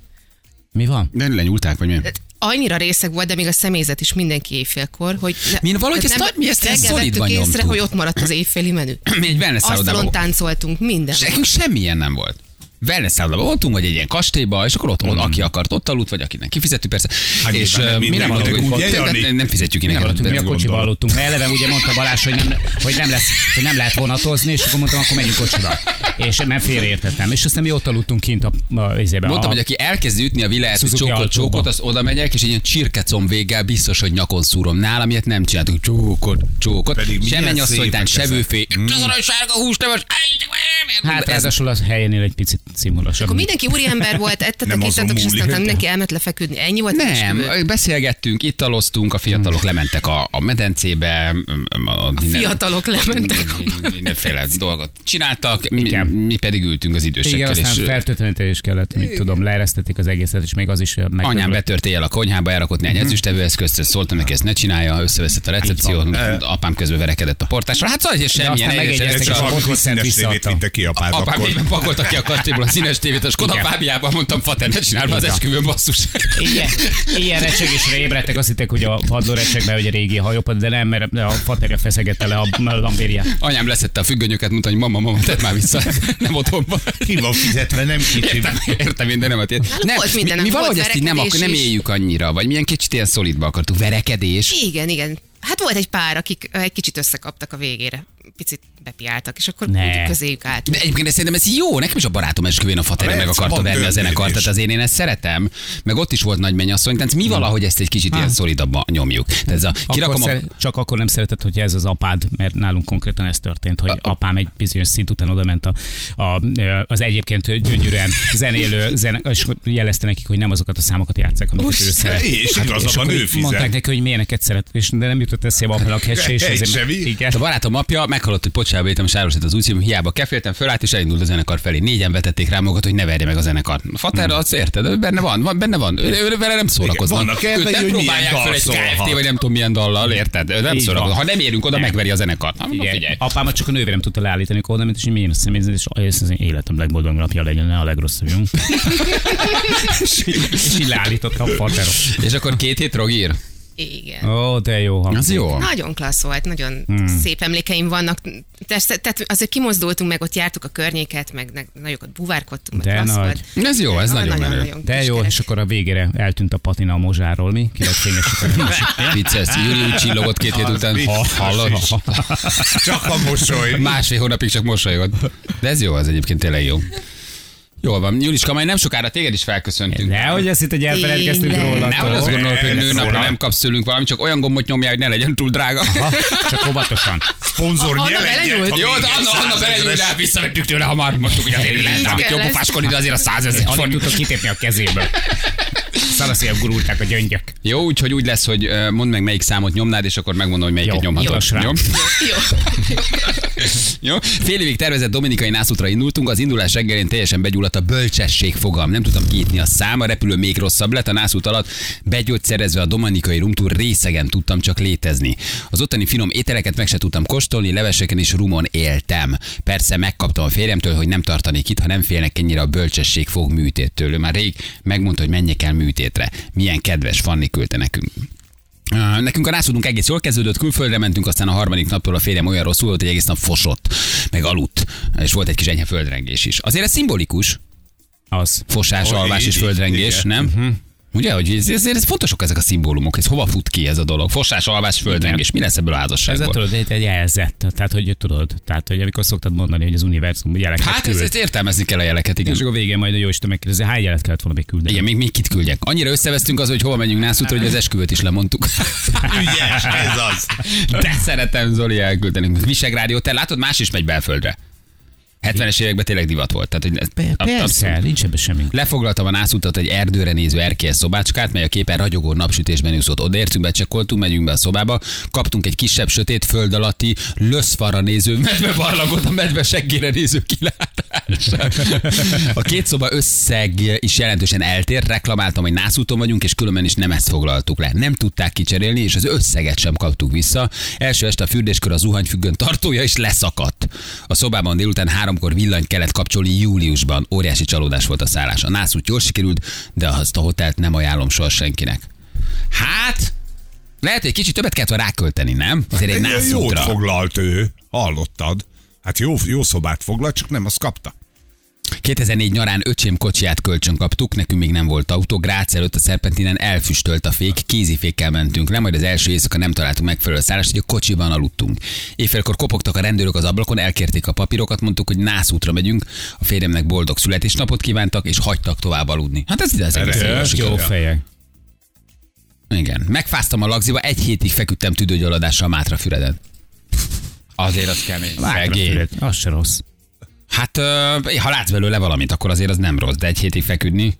[SPEAKER 3] Mi van?
[SPEAKER 2] De lenyúlták, vagy mi?
[SPEAKER 7] Tehát Annyira részeg volt, de még a személyzet is mindenki éjfélkor, hogy ne,
[SPEAKER 2] Mi valahogy ezt
[SPEAKER 7] tehát
[SPEAKER 2] nagy- mi ezt ilyen
[SPEAKER 7] reggel
[SPEAKER 2] szolidban
[SPEAKER 7] vettük észre,
[SPEAKER 2] nyomtuk.
[SPEAKER 7] hogy ott maradt az éjféli menü.
[SPEAKER 2] Mi egy wellness
[SPEAKER 7] Asztalon
[SPEAKER 2] szállodában.
[SPEAKER 7] táncoltunk, minden.
[SPEAKER 2] És nekünk semmilyen nem volt. Wellness szállodában voltunk, vagy egy ilyen kastélyba, és akkor ott,
[SPEAKER 1] Hmm.
[SPEAKER 2] ott aki akart, ott aludt, vagy akinek kifizettük, persze.
[SPEAKER 1] Hát
[SPEAKER 2] és
[SPEAKER 1] nyilván,
[SPEAKER 2] ö, mi
[SPEAKER 1] minden
[SPEAKER 2] nem
[SPEAKER 1] adunk,
[SPEAKER 2] adunk,
[SPEAKER 1] ugye, Jani?
[SPEAKER 2] nem, nem fizetjük ki
[SPEAKER 3] Mi
[SPEAKER 2] neked.
[SPEAKER 3] aludtunk, mi a kocsiba aludtunk. Mert eleve ugye mondta Balázs, hogy nem, hogy nem, lesz, hogy nem lehet vonatozni, és akkor mondtam, akkor menjünk kocsiba. És mert félreértettem. És aztán mi ott aludtunk kint a, a, a
[SPEAKER 2] Mondtam, hogy aki elkezd ütni a világ
[SPEAKER 3] Suzuki
[SPEAKER 2] csókot,
[SPEAKER 3] Altóba.
[SPEAKER 2] csókot, az oda megyek, és egy ilyen csirkecom véggel biztos, hogy nyakon szúrom. Nálam ilyet nem csináltuk. Csókot, csókot.
[SPEAKER 1] Pedig
[SPEAKER 2] Se
[SPEAKER 1] milyen
[SPEAKER 2] menj asszonytán,
[SPEAKER 1] szépek
[SPEAKER 2] se
[SPEAKER 1] ezek.
[SPEAKER 2] vőfé. Itt az arany sárga hústeves.
[SPEAKER 3] Hát
[SPEAKER 2] ez
[SPEAKER 3] ráadásul az helyenél egy picit színvonalasabb.
[SPEAKER 7] Akkor mindenki úriember volt,
[SPEAKER 1] Nem
[SPEAKER 7] ettetek,
[SPEAKER 1] azon
[SPEAKER 7] ittatok, és
[SPEAKER 1] múlik.
[SPEAKER 7] aztán mindenki elment lefeküdni. Ennyi volt? az
[SPEAKER 2] nem,
[SPEAKER 7] esküvő?
[SPEAKER 2] beszélgettünk, italoztunk, a fiatalok lementek a, a medencébe. A, a, a
[SPEAKER 7] Fiatalok lementek.
[SPEAKER 2] Mindenféle dolgot csináltak, mi,
[SPEAKER 3] Igen.
[SPEAKER 2] mi pedig ültünk az idősekkel.
[SPEAKER 3] Igen, aztán
[SPEAKER 2] és-
[SPEAKER 3] fertőtlenítés kellett, mit tudom, leeresztették az egészet, és még az is meg.
[SPEAKER 2] Anyám betört éjjel a konyhába, elrakott
[SPEAKER 1] Mhm.
[SPEAKER 2] néhány ezüstevő eszközt, szóltam neki, ezt ne csinálja, összeveszett a recepció, apám közben verekedett a portásra. Hát szóval, hogy semmilyen
[SPEAKER 3] aztán
[SPEAKER 2] egyes-
[SPEAKER 3] megegyeztek,
[SPEAKER 2] egyes-
[SPEAKER 1] Csak
[SPEAKER 3] a
[SPEAKER 1] amikor
[SPEAKER 3] Botviszent
[SPEAKER 1] színes tévét
[SPEAKER 3] visszaadta.
[SPEAKER 1] vitte ki apád,
[SPEAKER 2] Apám
[SPEAKER 1] akkor...
[SPEAKER 2] éppen pakolta ki a kastélyból a színes tévét, a Skoda
[SPEAKER 3] Igen.
[SPEAKER 2] Fábiában mondtam, fater, ne csinálj már az esküvőn basszus.
[SPEAKER 3] Ilyen, ilyen recsegésre ébredtek, azt hitték, hogy a padló recseg be, hogy a régi hajópad, de nem, mert a faterja feszegette le a lambériát.
[SPEAKER 2] Anyám leszette a függönyöket, mondta, hogy mama, mama, tedd már vissza, nem otthon van.
[SPEAKER 1] Ki van fizetve, nem kicsi.
[SPEAKER 2] Értem, értem én, de nem a tiéd.
[SPEAKER 7] Nálunk
[SPEAKER 2] Nem, mi,
[SPEAKER 7] volt minden,
[SPEAKER 2] mi
[SPEAKER 7] volt
[SPEAKER 2] valahogy ezt így nem, ak-
[SPEAKER 7] verekedés
[SPEAKER 2] nem
[SPEAKER 7] is.
[SPEAKER 2] éljük annyira, vagy milyen kicsit ilyen szolidba akartuk. Verekedés.
[SPEAKER 7] Igen, igen. Hát volt egy pár, akik ö, egy kicsit összekaptak a végére. Picit bepiáltak, és akkor
[SPEAKER 3] Ne.
[SPEAKER 7] ne. közéjük állt.
[SPEAKER 2] De egyébként szerintem ez jó, nekem is a barátom esküvén a
[SPEAKER 1] A
[SPEAKER 2] faterja meg
[SPEAKER 1] Merc
[SPEAKER 2] akarta
[SPEAKER 1] pont
[SPEAKER 2] venni a zenekart,
[SPEAKER 1] döntés.
[SPEAKER 2] tehát azért én ezt szeretem, meg ott is volt nagy mennyasszony, tehát mi valahogy ezt egy kicsit ilyen szolidabban nyomjuk. Tehát ez a,
[SPEAKER 3] Akkor
[SPEAKER 2] kirakom a,
[SPEAKER 3] szer- csak akkor nem szeretett, hogy ez az apád, mert nálunk konkrétan ez történt, hogy apám egy bizonyos szint után oda ment a, a, az egyébként gyönyörűen zenélő, zene, és jelezte nekik, hogy nem azokat a számokat játszák, amiket ő szeret.
[SPEAKER 1] És hát igaza
[SPEAKER 2] Hát
[SPEAKER 3] És
[SPEAKER 1] van,
[SPEAKER 3] akkor
[SPEAKER 1] ő
[SPEAKER 3] így mondták
[SPEAKER 1] fizet.
[SPEAKER 3] neki, hogy milyeneket szeret, és de nem jutott eszébe a lakhesse, és
[SPEAKER 1] Egy
[SPEAKER 3] ezért...
[SPEAKER 1] semmi.
[SPEAKER 3] Igen.
[SPEAKER 2] A barátom apja meghallott, hogy pocsába értem, és árusít az úszim, hiába keféltem, fölállt, és elindult a zenekar felé. Négyen vetették rá magukat, hogy ne verje meg a zenekart. A Fater,
[SPEAKER 3] Hmm.
[SPEAKER 2] azt érted, ő benne van, van, benne van, ő, ő, vele nem szórakoznak.
[SPEAKER 1] vannak elvei,
[SPEAKER 2] Őt nem
[SPEAKER 1] hogy milyen
[SPEAKER 2] próbálják
[SPEAKER 1] dal
[SPEAKER 2] fel egy
[SPEAKER 1] szólhat.
[SPEAKER 2] KFT, vagy nem tudom milyen dallal, érted? Ő nem
[SPEAKER 3] Így
[SPEAKER 2] szórakoznak. Ha
[SPEAKER 3] van.
[SPEAKER 2] nem érünk oda,
[SPEAKER 3] Nem.
[SPEAKER 2] megveri a zenekart. Na,
[SPEAKER 3] Igen.
[SPEAKER 2] figyelj.
[SPEAKER 3] Apámat csak a nővére nem tudta leállítani, amikor oda ment, és miért a személyzet, és ez az én életem legboldogabb napja legyen, ne a legrosszabb, jó? és, így- és így leállította a faterot.
[SPEAKER 2] És akkor két hét rogír.
[SPEAKER 7] Igen.
[SPEAKER 3] Ó, de jó hang.
[SPEAKER 2] Az jó.
[SPEAKER 7] Nagyon klassz volt, nagyon hmm. szép emlékeim vannak. Persze, tehát azért kimozdultunk, meg ott jártuk a környéket, meg ne- nagyokat buvárkodtunk,
[SPEAKER 3] De
[SPEAKER 7] meg klassz
[SPEAKER 3] nagy.
[SPEAKER 7] volt.
[SPEAKER 2] Ez jó, ez nagyon menő.
[SPEAKER 3] De jó, és akkor a végére eltűnt a patina a mozsáról, mi? Ki lett fényes
[SPEAKER 2] Vicces, Júli úgy csillogott két hét
[SPEAKER 1] Az
[SPEAKER 2] után.
[SPEAKER 1] vicces
[SPEAKER 2] Ha, hallod?
[SPEAKER 1] is. Csak a mosoly.
[SPEAKER 2] Másfél hónapig csak mosolyog. De ez jó, az egyébként tényleg jó. Jól van. Juliska, majd nem sokára téged is felköszöntünk.
[SPEAKER 3] Nehogy ezt itt egy elfeledkeztünk
[SPEAKER 7] Tényleg.
[SPEAKER 3] róla.
[SPEAKER 2] Nehogy azt gondolod, hogy
[SPEAKER 1] Ne,
[SPEAKER 2] nőnapra
[SPEAKER 1] szóval.
[SPEAKER 2] nem kapsz tőlünk valami, csak olyan gombot nyomjál, hogy ne legyen túl drága.
[SPEAKER 3] Csak óvatosan.
[SPEAKER 1] Szponzor
[SPEAKER 7] Anna
[SPEAKER 1] nyelegyet.
[SPEAKER 7] belenyúlt?
[SPEAKER 2] Jó, de Anna, Anna belenyúl, de visszavettük tőle hamar. Mondtuk, hogy azért lehet amit
[SPEAKER 7] Igen,
[SPEAKER 2] jobb
[SPEAKER 7] lesz.
[SPEAKER 2] pofáskodni, de azért a százezer
[SPEAKER 3] Alig
[SPEAKER 2] forint.
[SPEAKER 3] tudtok kitépni a kezéből. Szanaszél gurulták a gyöngyök.
[SPEAKER 2] Jó, úgyhogy úgy lesz, hogy ö, mondd meg, melyik számot nyomnád, és akkor megmondom, hogy melyiket
[SPEAKER 3] Jó,
[SPEAKER 2] nyomhatod.
[SPEAKER 3] jó,
[SPEAKER 2] Jó?
[SPEAKER 7] Jó.
[SPEAKER 2] Jó? Fél évig tervezett dominikai nászútra indultunk, az indulás reggelén teljesen begyulladt a bölcsesség fogam. Nem tudtam kinyitni a szám, a repülő még rosszabb lett, a nászút alatt begyógyszerezve a dominikai rumtúr részegen tudtam csak létezni. Az ottani finom ételeket meg se tudtam kóstolni, leveseken és rumon éltem. Persze megkaptam a férjemtől, hogy nem tartanék itt, ha nem félnek ennyire a bölcsesség fog műtéttől. Ő már rég megmondta, hogy menjek el műtétre. Milyen kedves, Fanni küldte nekünk. Ö, Nekünk a rászudunk egész jól kezdődött, külföldre mentünk, aztán a harmadik naptól a férjem olyan rosszul volt, hogy egész nap fosott, meg aludt, és volt egy kis enyhe földrengés is. Azért ez szimbolikus,
[SPEAKER 3] Az.
[SPEAKER 2] fosás,
[SPEAKER 1] Oh,
[SPEAKER 2] alvás
[SPEAKER 1] így,
[SPEAKER 2] és
[SPEAKER 1] így,
[SPEAKER 2] földrengés,
[SPEAKER 1] igen. Mhm.
[SPEAKER 2] nem? Ugye, hogy ez, ezért ez fontosok ezek a szimbólumok, ez hova fut ki ez a dolog? Fosás, alvás, földrengés, mi lesz ebből a
[SPEAKER 3] Ez
[SPEAKER 2] házasságból?
[SPEAKER 3] tudod, egy, egy jelzett. Tehát, hogy tudod, tehát, hogy amikor szoktad mondani, hogy az univerzum jeleket
[SPEAKER 2] Hát
[SPEAKER 3] küld.
[SPEAKER 2] ezt, ezt értelmezni kell a jeleket, igen.
[SPEAKER 3] és akkor végén majd a jó Isten megkérdezi, hány jelet kellett volna még küldeni?
[SPEAKER 2] Igen, még, még kit küldjek. Annyira összevesztünk az, hogy hova menjünk nászútra, hogy az esküvőt is lemondtuk.
[SPEAKER 1] Ügyes, ez az.
[SPEAKER 2] De szeretem Zoli elküldeni. Visegrád, jó, te látod, más is megy belföldre. 70-es években tényleg divat volt. Tehát, hogy ez,
[SPEAKER 3] Pe- Hát Persze, nincs ebben semmi.
[SPEAKER 2] Lefoglaltam a nászutat egy erdőre néző erkélyes szobácskát, mely a képen ragyogó napsütésben úszott. Odaértünk, becsekkoltunk, megyünk be a szobába, kaptunk egy kisebb, sötét, föld alatti, löszfara néző medve barlangot, a medve seggére néző kilátás. A két szoba összeg is jelentősen eltér, reklamáltam, hogy nászúton vagyunk, és különben is nem ezt foglaltuk le. Nem tudták kicserélni, és az összeget sem kaptuk vissza. Első este a fürdéskör a zuhanyfüggön tartója is leszakadt. A szobában délután háromkor villanyt kellett kapcsolni júliusban. Óriási csalódás volt a szállás. A nászút jól sikerült, de azt a hotelt nem ajánlom soha senkinek. Hát, lehet, hogy egy kicsit többet kellett volna rákölteni, nem? Azért egy
[SPEAKER 1] Egy jót
[SPEAKER 2] nászútra.
[SPEAKER 1] foglalt ő, hallottad. Hát jó, jó szobát foglalt, csak nem azt kapta.
[SPEAKER 2] 2004 nyarán öcsém kocsiját kölcsön kaptuk, nekünk még nem volt autó, Grác előtt a Szerpentinen elfüstölt a fék, kézifékkel mentünk le, majd az első éjszaka nem találtuk megfelelő szállást, hogy a kocsiban aludtunk. Éjfélkor kopogtak a rendőrök az ablakon, elkérték a papírokat, mondtuk, hogy nászútra megyünk, a férjemnek boldog születésnapot kívántak, és hagytak tovább aludni. Hát ez ide az egész jól
[SPEAKER 1] Tök
[SPEAKER 2] sikerült.
[SPEAKER 3] Jó fejek.
[SPEAKER 2] Igen. Megfáztam a lagziba, egy hétig feküdtem tüdőgyulladással Mátra Füreden. Azért az kemény. Szegény.
[SPEAKER 3] Megélt. Az se rossz.
[SPEAKER 2] Hát, ö, ha látsz belőle valamit, akkor azért az nem rossz, de egy hétig feküdni.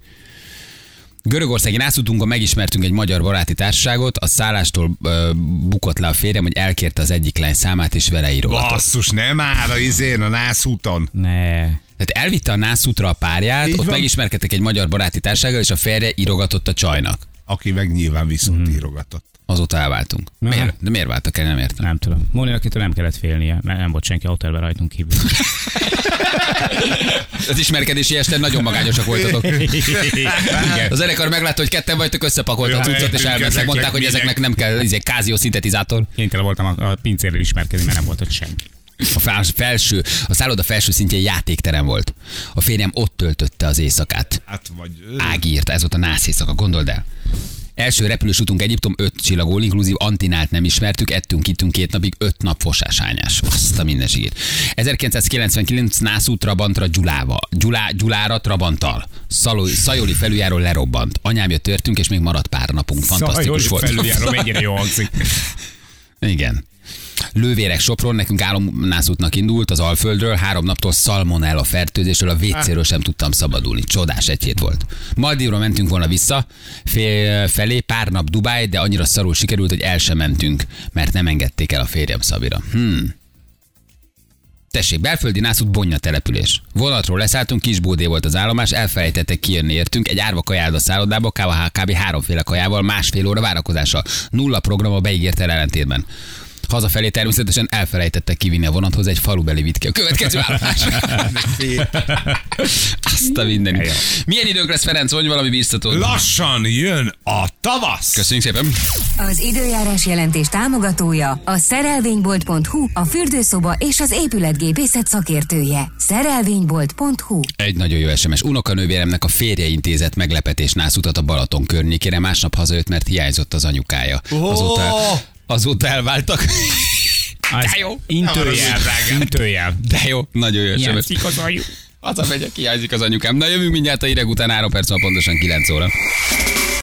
[SPEAKER 2] Görögországi nászutunkon megismertünk egy magyar baráti társaságot, a szállástól ö, bukott le a férjem, hogy elkérte az egyik lány számát, és vele írogatott.
[SPEAKER 1] Basszus, nem már a izén, a nászúton.
[SPEAKER 3] Ne.
[SPEAKER 2] Tehát Hát elvitte a nászútra a párját,
[SPEAKER 1] Így
[SPEAKER 2] ott
[SPEAKER 1] van.
[SPEAKER 2] megismerkedtek egy magyar baráti társasággal, és a férje írogatott a csajnak.
[SPEAKER 1] Aki meg nyilván viszont írogatott.
[SPEAKER 2] Azóta elváltunk.
[SPEAKER 3] Na.
[SPEAKER 2] Miért? De miért váltak el? Nem értem.
[SPEAKER 3] Nem tudom. Móni, akitől nem kellett félnie, mert nem volt senki a hotelben rajtunk kívül.
[SPEAKER 2] Az ismerkedési este nagyon magányosak voltatok.
[SPEAKER 3] Igen.
[SPEAKER 2] A zenekar meglátta, hogy ketten vagytok, összepakolt a
[SPEAKER 1] Ja,
[SPEAKER 2] cuccot, és
[SPEAKER 1] eltűntek,
[SPEAKER 2] elmentek.
[SPEAKER 1] ezeknek
[SPEAKER 2] Mondták, hogy
[SPEAKER 1] minek.
[SPEAKER 2] ezeknek nem kell izé, kázió szintetizátor.
[SPEAKER 3] Kénytelen voltam a, a pincérrel ismerkedni, mert nem volt ott senki.
[SPEAKER 2] A fels- felső, a szálloda felső szintjén játékterem volt. A férjem ott töltötte az éjszakát.
[SPEAKER 1] Hát vagy...
[SPEAKER 2] Ági írta, ez volt a nász éjszaka, gondold el. Első repülős utunk Egyiptom, öt csillag all inclusive, Antinát nem ismertük, ettünk, ittünk két napig, öt nap fosáshányás. Azt a mindenségét. 1999 Nász út Trabantra Gyulával. Gyulá, Gyulára Trabanttal. Szalói, Szajoli felüljáról lerobbant. Anyám jött törtünk, és még maradt pár napunk. Fantasztikus
[SPEAKER 3] Szajoli
[SPEAKER 2] volt.
[SPEAKER 3] Felüljárom, ennyire jó hangzik.
[SPEAKER 2] Igen. Lővérek Sopron, nekünk álomnászútnak indult az Alföldről, három naptól szalmonella fertőzésről, a wc sem tudtam szabadulni. Csodás egy hét volt. Maldívra mentünk volna vissza, fél, felé pár nap Dubáj, de annyira szarul sikerült, hogy el sem mentünk, mert nem engedték el a férjem Szabira. Hmm. Tessék, belföldi nászút Bonya település. Vonatról leszálltunk, kisbódé volt az állomás, elfelejtettek kijönni értünk, egy árva kajálda szállodába, kb. kb. háromféle kajával, másfél óra várakozással. Nulla program a beígért el ellentétben. Hazafelé természetesen elfelejtettek kivinni a vonathoz egy falubeli vitke. A következő állomás. Azt a mindenit. Milyen időnk lesz, Ferenc? Mondj valami biztató.
[SPEAKER 1] Lassan jön a tavasz.
[SPEAKER 2] Köszönjük szépen.
[SPEAKER 5] Az időjárás jelentés támogatója a szerelvénybolt.hu, a fürdőszoba és az épületgépészet szakértője. Szerelvénybolt.hu
[SPEAKER 2] Egy nagyon jó SMS. Unokanővéremnek a férje intézett meglepetés nászutat a Balaton környékére, másnap hazajött, mert hiányzott az anyukája. Azóta, azóta elváltak.
[SPEAKER 3] Az
[SPEAKER 2] De jó.
[SPEAKER 3] Intőjel, intőjel.
[SPEAKER 2] De jó, nagyon jó SMS.
[SPEAKER 3] Hiányzik az ajú.
[SPEAKER 2] Hazamegyek, hiányzik az anyukám. Na jövünk mindjárt a hírek után, 3 perc van pontosan 9 óra.